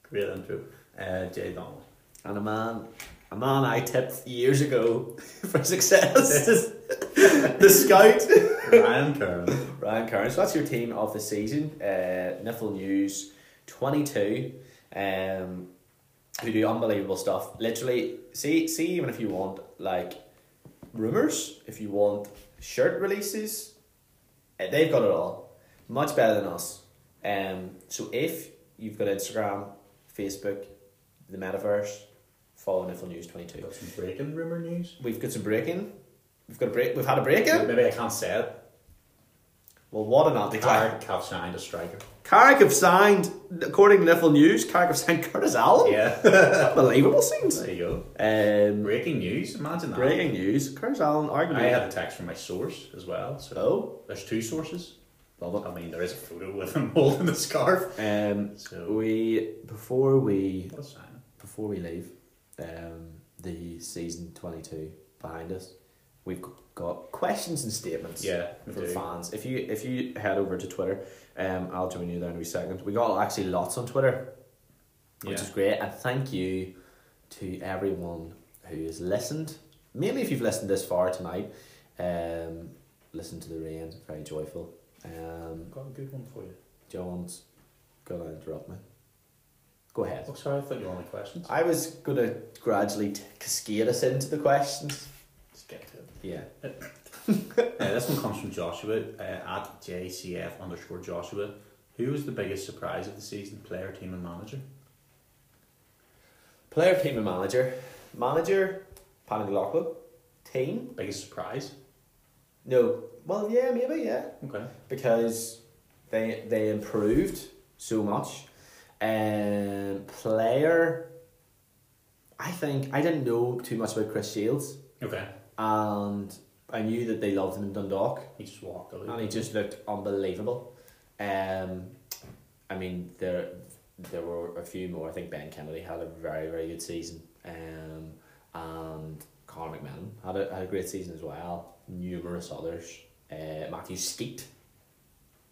Speaker 2: Great intro. Uh, Jay Donald.
Speaker 1: And a man, a man I tipped years ago (laughs) for success. (laughs) the scout.
Speaker 2: Ryan Curran.
Speaker 1: Ryan Curran. So that's your team of the season. Uh, Niffle News 22. Um, who do unbelievable stuff. Literally, see, see, even if you want like rumors, if you want shirt releases, eh, they've got it all. Much better than us. Um, so if you've got Instagram, Facebook, the metaverse, follow Niffle News twenty two.
Speaker 2: Got some breaking rumor news.
Speaker 1: We've got some breaking. We've got a break. We've had a break in.
Speaker 2: Maybe I can't say it.
Speaker 1: Well, what an
Speaker 2: Ah.
Speaker 1: anti
Speaker 2: Clark have signed a striker.
Speaker 1: Carrick have signed, according to Liffle News, Carrick have signed Curtis Allen.
Speaker 2: Yeah. (laughs)
Speaker 1: Unbelievable scenes.
Speaker 2: there you go.
Speaker 1: Um,
Speaker 2: Breaking news. Imagine that.
Speaker 1: breaking news. Curtis Allen
Speaker 2: I
Speaker 1: arguably.
Speaker 2: had a text from my source as well. So
Speaker 1: Oh.
Speaker 2: there's two sources.
Speaker 1: Love
Speaker 2: I mean, there is a photo (laughs) with him holding the scarf.
Speaker 1: it. Um,
Speaker 2: So
Speaker 1: we before we
Speaker 2: what a sign.
Speaker 1: before we leave, um, the season twenty two behind us, we've got questions and statements.
Speaker 2: Yeah, we
Speaker 1: from
Speaker 2: do.
Speaker 1: fans. If you if you head over to Twitter, um, I'll join you there in a wee second. We got actually lots on Twitter, which
Speaker 2: Yeah.
Speaker 1: is great. And thank you to everyone who has listened. Mainly if you've listened this far tonight, um, listen to the rain. Very joyful. Um,
Speaker 2: Got a good one for you.
Speaker 1: John's gonna interrupt me. Go ahead.
Speaker 2: Oh, sorry, I thought you wanted questions.
Speaker 1: I was gonna gradually t- cascade us into the questions.
Speaker 2: Let's get to it.
Speaker 1: Yeah.
Speaker 2: Uh, this one comes from Joshua uh, at JCF underscore Joshua. Who was the biggest surprise of the season? Player, team, and manager.
Speaker 1: Player, team, and manager. Manager, Paddy McLaughlin. Team,
Speaker 2: Biggest surprise.
Speaker 1: No. Well, yeah, maybe, yeah.
Speaker 2: Okay.
Speaker 1: Because they they improved so much. Um, player, I think I didn't know too much about Chris Shields,
Speaker 2: Okay.
Speaker 1: and I knew that they loved him in Dundalk,
Speaker 2: He just walked away.
Speaker 1: and he just looked unbelievable. Um, I mean there there were a few more. I think Ben Kennedy had a very very good season. Um, and Conor McMahon had a had a great season as well. Numerous others. Uh, Matthew Skeet.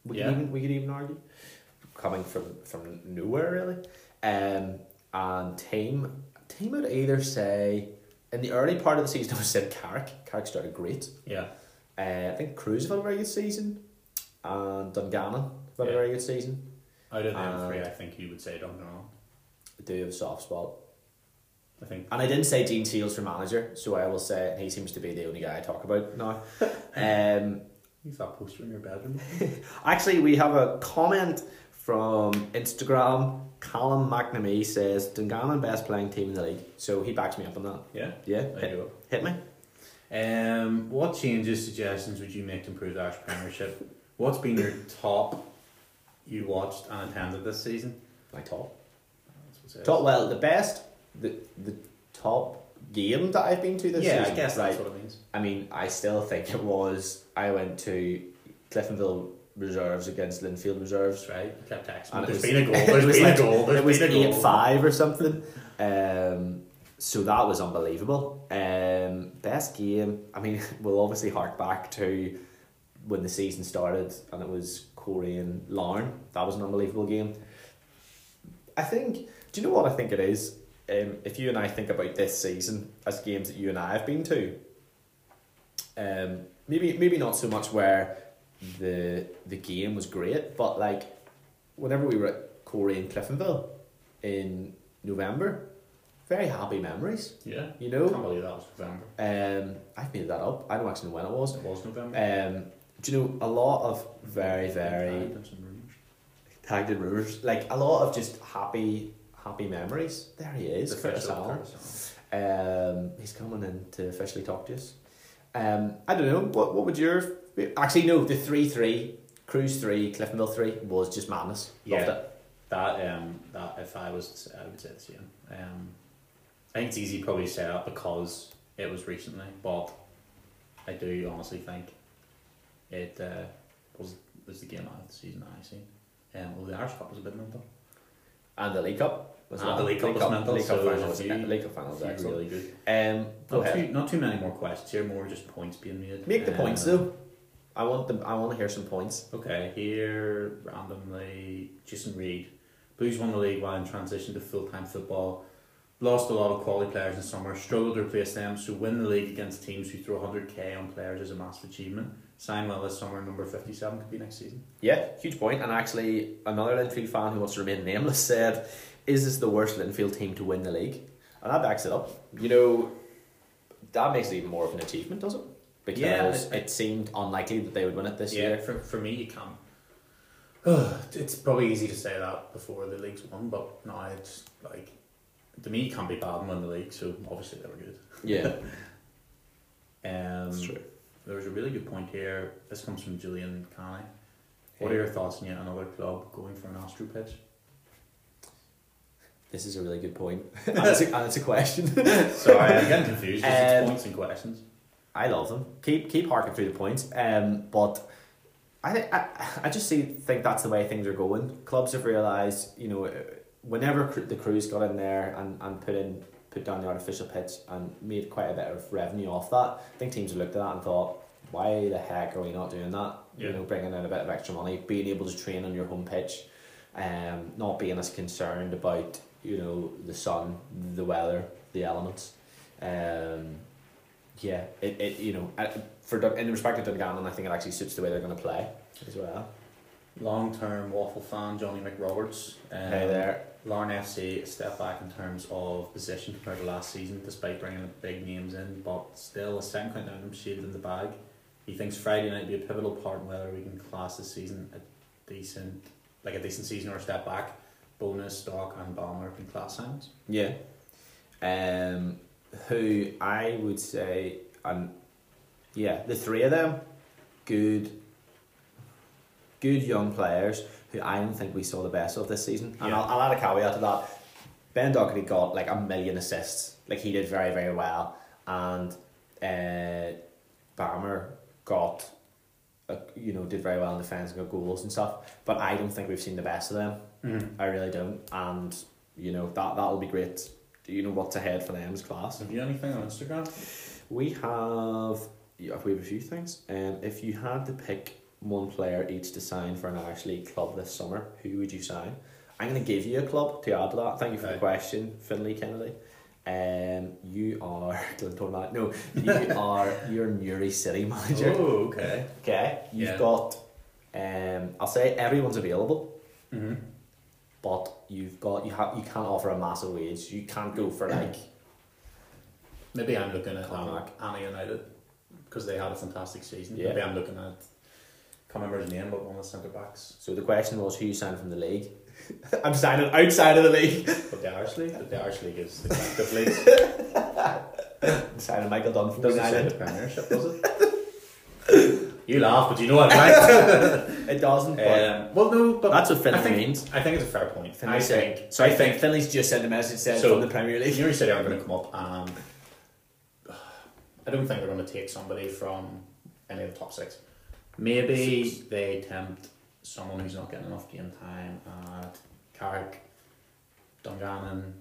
Speaker 1: We
Speaker 2: Yeah.
Speaker 1: could even we could even argue coming from from nowhere really. Um, and team team would either say in the early part of the season (laughs) I would have said Carrick. Carrick started great.
Speaker 2: yeah.
Speaker 1: Uh, I think Cruz have had a very good season, and Dungannon have had a
Speaker 2: Yeah.
Speaker 1: very good season.
Speaker 2: Out of them
Speaker 1: And-
Speaker 2: three, I think you would say Dungannon.
Speaker 1: I do have a soft spot.
Speaker 2: I think
Speaker 1: And I didn't say Dean Shields for manager, so I will say he seems to be the only guy I talk about
Speaker 2: (laughs)
Speaker 1: now. um,
Speaker 2: you that poster in your bedroom.
Speaker 1: actually, we have a comment from Instagram. Callum McNamee says Dungannon best playing team in the league, so he backs me up on that.
Speaker 2: yeah.
Speaker 1: Yeah,
Speaker 2: There
Speaker 1: hit,
Speaker 2: you
Speaker 1: hit me.
Speaker 2: go. Um, what changes, suggestions would you make to improve the Irish Premiership? What's been your top you watched and attended this season?
Speaker 1: My top.
Speaker 2: That's what it says.
Speaker 1: Top. Well, the best, the the top game that I've been to this
Speaker 2: yeah,
Speaker 1: season.
Speaker 2: I guess
Speaker 1: right?
Speaker 2: that's what it means.
Speaker 1: I mean, I still think it was. I went to Cliftonville Reserves against Linfield Reserves.
Speaker 2: That's right. You kept texting.
Speaker 1: And
Speaker 2: me,
Speaker 1: it
Speaker 2: There's
Speaker 1: was-
Speaker 2: been a goal.
Speaker 1: (laughs) it
Speaker 2: There's
Speaker 1: was
Speaker 2: been
Speaker 1: like-
Speaker 2: a goal. There's
Speaker 1: it was
Speaker 2: been a
Speaker 1: eight
Speaker 2: goal.
Speaker 1: five or something. um, so that was unbelievable. Um, best game. I mean, (laughs) we'll obviously hark back to when the season started, and it was Corey and Larn. That was an unbelievable game. I think. Do you know what I think it is? Um, if you and I think about this season as games that you and I have been to, um, maybe maybe not so much where the the game was great, but like whenever we were at Corey and Cliftonville, in November. Very happy memories,
Speaker 2: Yeah.
Speaker 1: you
Speaker 2: I
Speaker 1: know.
Speaker 2: can't believe that was November.
Speaker 1: Um, I've made that up. I don't actually know when it was.
Speaker 2: It was November.
Speaker 1: Um, do you know a lot of very very
Speaker 2: Times and rooms.
Speaker 1: tagged in rumors, like a lot of just happy happy memories. There he is,
Speaker 2: The
Speaker 1: Curtis
Speaker 2: official
Speaker 1: Allen.
Speaker 2: Curtis
Speaker 1: Um, he's coming in to officially talk to us. Um, I don't know. What what would your actually no the three three cruise three Cliff Mill three was just madness. Loved
Speaker 2: Yeah.
Speaker 1: it.
Speaker 2: Allen. That um that if I was to say, I would say the same. Um, I think it's easy probably to say that because it was recently, but I do honestly think it uh, was was the game out of the season I seen. Um, well, the Irish Cup was a bit mental.
Speaker 1: And the League Cup. as
Speaker 2: And the League Cup was mental,
Speaker 1: Ah, League Cup
Speaker 2: so
Speaker 1: final was
Speaker 2: if you-
Speaker 1: League Cup final was
Speaker 2: Few
Speaker 1: excellent.
Speaker 2: really good.
Speaker 1: Um, go
Speaker 2: Not
Speaker 1: ahead.
Speaker 2: too, not too many more questions here. More just points being made.
Speaker 1: Make the points
Speaker 2: Um,
Speaker 1: though. I want them. I want to hear some points.
Speaker 2: Okay, here randomly, Jason Reed. Blues won the league while in transition to full time football. Lost a lot of quality players in summer, struggled to replace them, so win the league against teams who throw 100k on players is a massive achievement. Sign well this summer, number 57 could be next season.
Speaker 1: Yeah, huge point. And actually, another Linfield fan who wants to remain nameless (laughs) said, "Is this the worst Linfield team to win the league?" And that backs it up. You know, that makes it even more of an achievement, doesn't it? Because
Speaker 2: Yeah,
Speaker 1: it seemed unlikely that they would win it this
Speaker 2: (laughs)
Speaker 1: year.
Speaker 2: for, for me, you can't. (sighs) it's probably easy to say that before the league's won, but no, it's like. To me, you can't be bad and win the league, so obviously they were good.
Speaker 1: Yeah,
Speaker 2: Um,
Speaker 1: that's true.
Speaker 2: There was a really good point here. This comes from Julian Canny. What are your thoughts on yet another club going for an Astro pitch?
Speaker 1: This is a really good
Speaker 2: (laughs)
Speaker 1: point, and, it's a, and it's a question.
Speaker 2: Sorry, I'm getting confused. It's
Speaker 1: Um,
Speaker 2: points and questions.
Speaker 1: I love them. Keep keep harking through the points. Um, but I think I, I just see think that's the way things are going. Clubs have realised, you know, whenever cr- the crews got in there and, and put in put down the artificial pitch and made quite a bit of revenue off that, I think teams have looked at that and thought, why the heck are we not doing that? You
Speaker 2: Yeah.
Speaker 1: know, bringing in a bit of extra money, being able to train on your home pitch, um, not being as concerned about you know the sun, the weather, the elements. Um, yeah, it, it you know I- for Dun- in respect to Dungannon, I think it actually suits the way they're going to play as well.
Speaker 2: Long term waffle fan Johnny McRoberts. Um,
Speaker 1: hey there,
Speaker 2: Larne FC a step back in terms of position compared to last season, despite bringing the big names in, but still a second count down them shaved in the bag. He thinks Friday night will be a pivotal part in whether we can class this season a decent, like a decent season or a step back. Bonus, stock, and Balmer in class sounds.
Speaker 1: yeah. Um, who I would say and yeah, the three of them, good, good young players who I don't think we saw the best of this season. And
Speaker 2: Yeah.
Speaker 1: I'll, I'll add a caveat to that. Ben Doherty got like a million assists. Like he did very very well, and uh, Bammer got, uh, you know, did very well in defence and got goals and stuff. But I don't think we've seen the best of them.
Speaker 2: Mhm.
Speaker 1: I really don't, and you know that that'll be great. You know what's ahead for them's class.
Speaker 2: Have you anything on Instagram? (laughs)
Speaker 1: We have yeah, we have a few things. Um, if you had to pick one player each to sign for an Irish League club this summer, who would you sign? I'm going to give you a club to add to that. Thank you for the
Speaker 2: Okay.
Speaker 1: question, Finley Kennedy. Um, you are (laughs) Glentoran Man- No,
Speaker 2: (laughs)
Speaker 1: you are you're Newry City manager.
Speaker 2: Oh, okay.
Speaker 1: Okay, you've
Speaker 2: Yeah.
Speaker 1: got. Um, I'll say everyone's available,
Speaker 2: Mm-hmm.
Speaker 1: but you've got you have you can't offer a massive wage. You can't go for like
Speaker 2: Maybe I'm looking at um,
Speaker 1: Contact.
Speaker 2: Anna United because they had a fantastic season.
Speaker 1: Yeah.
Speaker 2: Maybe I'm looking at can't remember his name, but one of the centre backs.
Speaker 1: So the question was, who you signed from the
Speaker 2: (laughs)
Speaker 1: league? I'm signing outside of the league.
Speaker 2: But the Irish league, but the Irish league is the collective league.
Speaker 1: (laughs) I'm signing Michael Dunn from
Speaker 2: Doesn't say
Speaker 1: United.
Speaker 2: the Premiership, does it? (laughs) you laugh, but you know what, right?
Speaker 1: (laughs) It doesn't. But
Speaker 2: um, well, no, but
Speaker 1: That's what Finlay
Speaker 2: I think,
Speaker 1: means.
Speaker 2: I think it's a fair point.
Speaker 1: Finlay
Speaker 2: I
Speaker 1: said-
Speaker 2: think.
Speaker 1: so I think Finley's just sent a message saying
Speaker 2: So-
Speaker 1: from the Premier
Speaker 2: If
Speaker 1: League.
Speaker 2: Newry City are going to come up, um, I don't think they're going to take somebody from any of the top six. Maybe they tempt someone who's not getting enough game time at Carrick, Dungannon,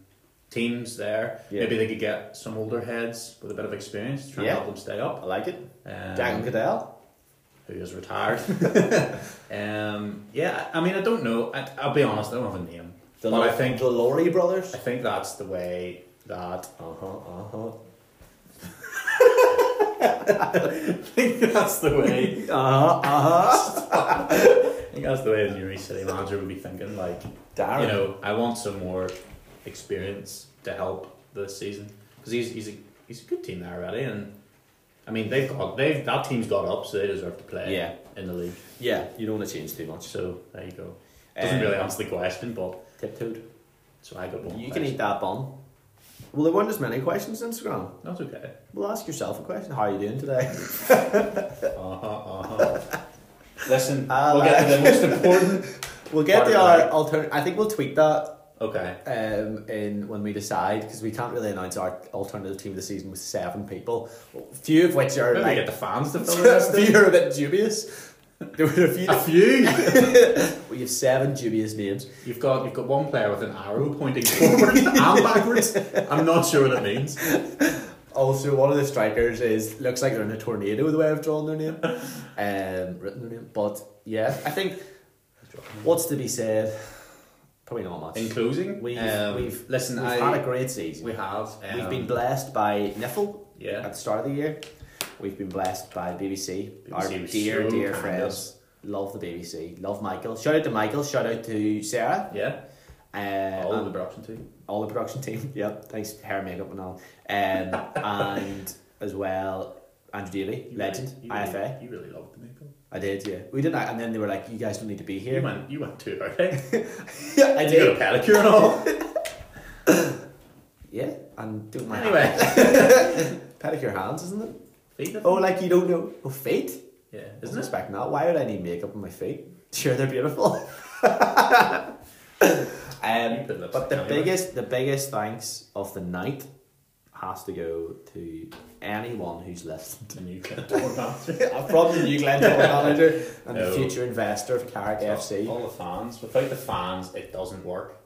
Speaker 2: teams there.
Speaker 1: Yeah.
Speaker 2: Maybe they could get some older heads with a bit of experience to try
Speaker 1: Yeah.
Speaker 2: and help them stay up.
Speaker 1: I like it.
Speaker 2: Um,
Speaker 1: Jack Goodell.
Speaker 2: who is retired. (laughs) um, yeah, I mean, I don't know. I, I'll be honest, I don't have a name.
Speaker 1: The
Speaker 2: but
Speaker 1: Lo-
Speaker 2: I think
Speaker 1: the Laurie brothers.
Speaker 2: I think that's the way that
Speaker 1: Uh huh.
Speaker 2: Uh-huh,
Speaker 1: Uh huh.
Speaker 2: (laughs)
Speaker 1: Uh-huh,
Speaker 2: I think that's the way. (laughs)
Speaker 1: Uh huh.
Speaker 2: think that's the way a new city manager would be thinking. Like,
Speaker 1: Darren.
Speaker 2: you know, I want some more experience to help this season because he's he's a he's a good team there already, and I mean they've got they've that team's got up, so they deserve to play.
Speaker 1: Yeah.
Speaker 2: in the league.
Speaker 1: yeah, you don't want to change too much.
Speaker 2: So there you go. Doesn't
Speaker 1: Um,
Speaker 2: really answer the question, but
Speaker 1: Tiptoed.
Speaker 2: so I got one.
Speaker 1: You
Speaker 2: question.
Speaker 1: can eat that bun. Well, there weren't as many questions on Instagram.
Speaker 2: That's okay.
Speaker 1: Well, ask yourself a question. How are you doing today? (laughs)
Speaker 2: Uh huh. Uh
Speaker 7: Listen,
Speaker 1: I
Speaker 7: we'll get to the
Speaker 1: (laughs)
Speaker 7: most important.
Speaker 1: We'll get
Speaker 2: Part
Speaker 1: the
Speaker 2: of
Speaker 1: our
Speaker 2: that.
Speaker 1: alternative. I think we'll tweak that
Speaker 2: huh. Okay.
Speaker 1: um, in when we decide because we can't really announce our alternative team of the season with seven people. Few of which are
Speaker 2: Maybe
Speaker 1: like
Speaker 2: get the (laughs) fans
Speaker 1: (laughs)
Speaker 2: to fill
Speaker 1: a
Speaker 2: it.
Speaker 1: few are a bit dubious. There were a few.
Speaker 2: A few.
Speaker 1: We have seven dubious names.
Speaker 2: You've got you've got one player with an arrow pointing forward (laughs) and backwards. I'm not sure what it means.
Speaker 1: Also, one of the strikers is looks like they're in a tornado the way I've drawn their name,
Speaker 2: (laughs)
Speaker 1: um, written their name. But yeah, I think what's to be said. Probably not much.
Speaker 2: In closing,
Speaker 1: We've-
Speaker 2: um,
Speaker 1: we've-
Speaker 2: listen.
Speaker 1: We've
Speaker 2: I,
Speaker 1: had a great season.
Speaker 2: we have. Um,
Speaker 1: We've been blessed by Niffle at
Speaker 2: yeah.
Speaker 1: the start of the year. We've been blessed by BBC, our
Speaker 2: BBC was
Speaker 1: dear,
Speaker 2: so
Speaker 1: dear
Speaker 2: kind
Speaker 1: friends. Love the BBC. Love Michael. Shout out to Michael. Shout out to Sarah.
Speaker 2: Yeah,
Speaker 1: Uh,
Speaker 2: all
Speaker 1: and
Speaker 2: the production team.
Speaker 1: all the production team. (laughs) Yep. Thanks, hair, makeup, and all. Um, and as well, Andrew Daly,
Speaker 2: You
Speaker 1: legend,
Speaker 2: really- you really-
Speaker 1: IFA.
Speaker 2: you really loved the Maple.
Speaker 1: I did, yeah. We did that, and then they were like, "You guys don't need to be
Speaker 2: You
Speaker 1: here."
Speaker 2: went. You went too hard.
Speaker 1: (laughs)
Speaker 2: eh?
Speaker 1: Yeah, (laughs) I
Speaker 2: you got a
Speaker 1: did.
Speaker 2: pedicure and all.
Speaker 1: (laughs) Yeah, and don't mind.
Speaker 2: anyway,
Speaker 1: pedicure hands, isn't it?
Speaker 2: feet. I
Speaker 1: Oh,
Speaker 2: think.
Speaker 1: like you don't know. Oh, fate.
Speaker 2: yeah,
Speaker 1: Isn't
Speaker 2: isn't (laughs) it?
Speaker 1: expecting that? Why would I need makeup on my feet? (laughs) Sure, they're beautiful. um,
Speaker 2: You put lipstick
Speaker 1: but the
Speaker 2: anyway.
Speaker 1: biggest, the biggest thanks of the night has to go to anyone who's (laughs) listened.
Speaker 2: And you get torn
Speaker 1: (laughs)
Speaker 2: after.
Speaker 1: From the new
Speaker 2: (laughs)
Speaker 1: Glentoran manager and the
Speaker 2: No.
Speaker 1: future investor of Carrick FC.
Speaker 2: All the fans. Without the fans, it doesn't work.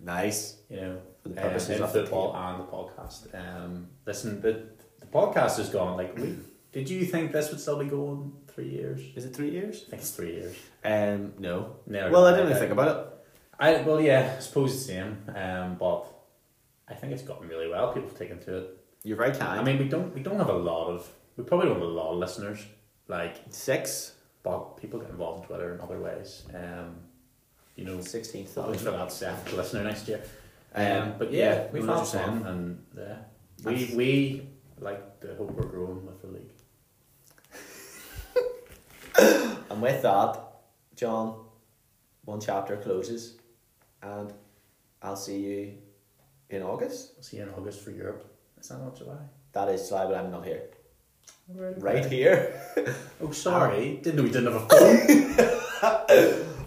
Speaker 1: Nice.
Speaker 2: you know,
Speaker 1: For the purposes
Speaker 2: um, in
Speaker 1: of the
Speaker 2: football and the podcast. Um, listen, the the podcast is gone. Like, we, did you think this would still be going three years?
Speaker 1: Is it three years?
Speaker 2: I think it's three years.
Speaker 1: Um, no.
Speaker 2: No.
Speaker 1: well, I didn't really think about it.
Speaker 2: I well, yeah, I suppose it's the same. Um, but I think it's gotten really well. People have taken to it.
Speaker 1: You're very kind.
Speaker 2: I mean, we don't we don't have a lot of we probably don't have a lot of listeners. Like,
Speaker 1: six,
Speaker 2: but people get involved in Twitter in other ways. Um, you know,
Speaker 1: sixteen
Speaker 2: Look
Speaker 1: thousand.
Speaker 2: for that seventh listener next year. Um,
Speaker 1: Um,
Speaker 2: but
Speaker 1: yeah,
Speaker 2: yeah,
Speaker 1: we've
Speaker 2: we had
Speaker 1: had
Speaker 2: fun, and yeah, we we like to hope we're growing with the league.
Speaker 1: And with that, John, one chapter closes, and I'll see you in August.
Speaker 2: We'll see you in August for Europe. Is that not July?
Speaker 1: That is July, but I'm not here. Right here.
Speaker 2: Oh, sorry. Didn't know we didn't have a
Speaker 1: (laughs)
Speaker 2: phone.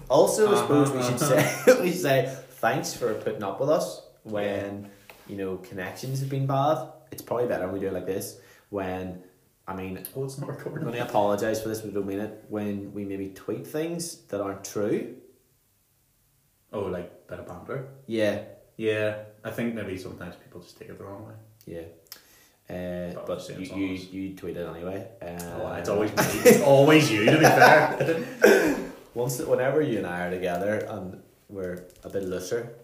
Speaker 1: Also, I
Speaker 2: Uh-huh,
Speaker 1: suppose we should say (laughs) we should say thanks for putting up with us when you know connections have been bad. It's probably better when we do it like this. When I mean,
Speaker 2: oh, it's not
Speaker 1: I'm
Speaker 2: recording.
Speaker 1: going to apologise for this, but I don't mean it. When we maybe tweet things that aren't true.
Speaker 2: Oh, like bit of banter.
Speaker 1: Yeah,
Speaker 2: Yeah, I think maybe sometimes people just take it the wrong way.
Speaker 1: yeah. Uh,
Speaker 2: But
Speaker 1: but
Speaker 2: obviously
Speaker 1: you,
Speaker 2: it's
Speaker 1: you
Speaker 2: honest.
Speaker 1: you tweet it anyway. Uh,
Speaker 2: Oh, it's always me. it's always you. To be fair. (laughs)
Speaker 1: Once, whenever you and I are together and we're a bit looser,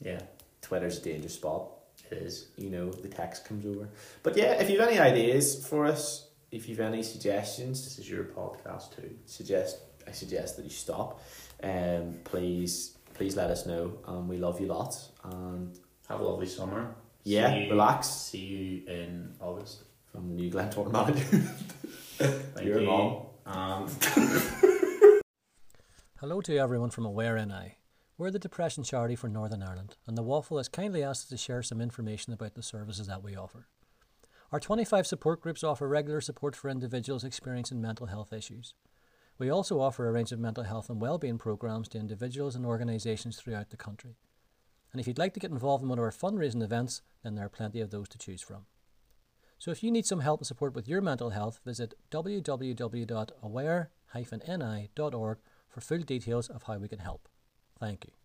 Speaker 2: yeah,
Speaker 1: Twitter's a dangerous spot.
Speaker 2: it is.
Speaker 1: You know, the text comes over. But yeah, if you've any ideas for us, if you've any suggestions,
Speaker 2: This is your podcast too.
Speaker 1: suggest I suggest that you stop. Um, please, please let us know. Um, we love you lots. And
Speaker 2: Have a lovely summer.
Speaker 1: yeah,
Speaker 2: See you-
Speaker 1: relax
Speaker 2: See you in August.
Speaker 1: from the new Glentoran manager.
Speaker 2: Thank
Speaker 1: Your
Speaker 2: you.
Speaker 1: mom.
Speaker 2: Um,
Speaker 8: Hello to everyone from Aware NI. We're the depression charity for Northern Ireland, and the Waffle has kindly asked us to share some information about the services that we offer. Our 25 support groups offer regular support for individuals experiencing mental health issues. We also offer a range of mental health and well-being programs to individuals and organisations throughout the country. And if you'd like to get involved in one of our fundraising events, then there are plenty of those to choose from. So if you need some help and support with your mental health, visit www.aware-ni.org for full details of how we can help. Thank you.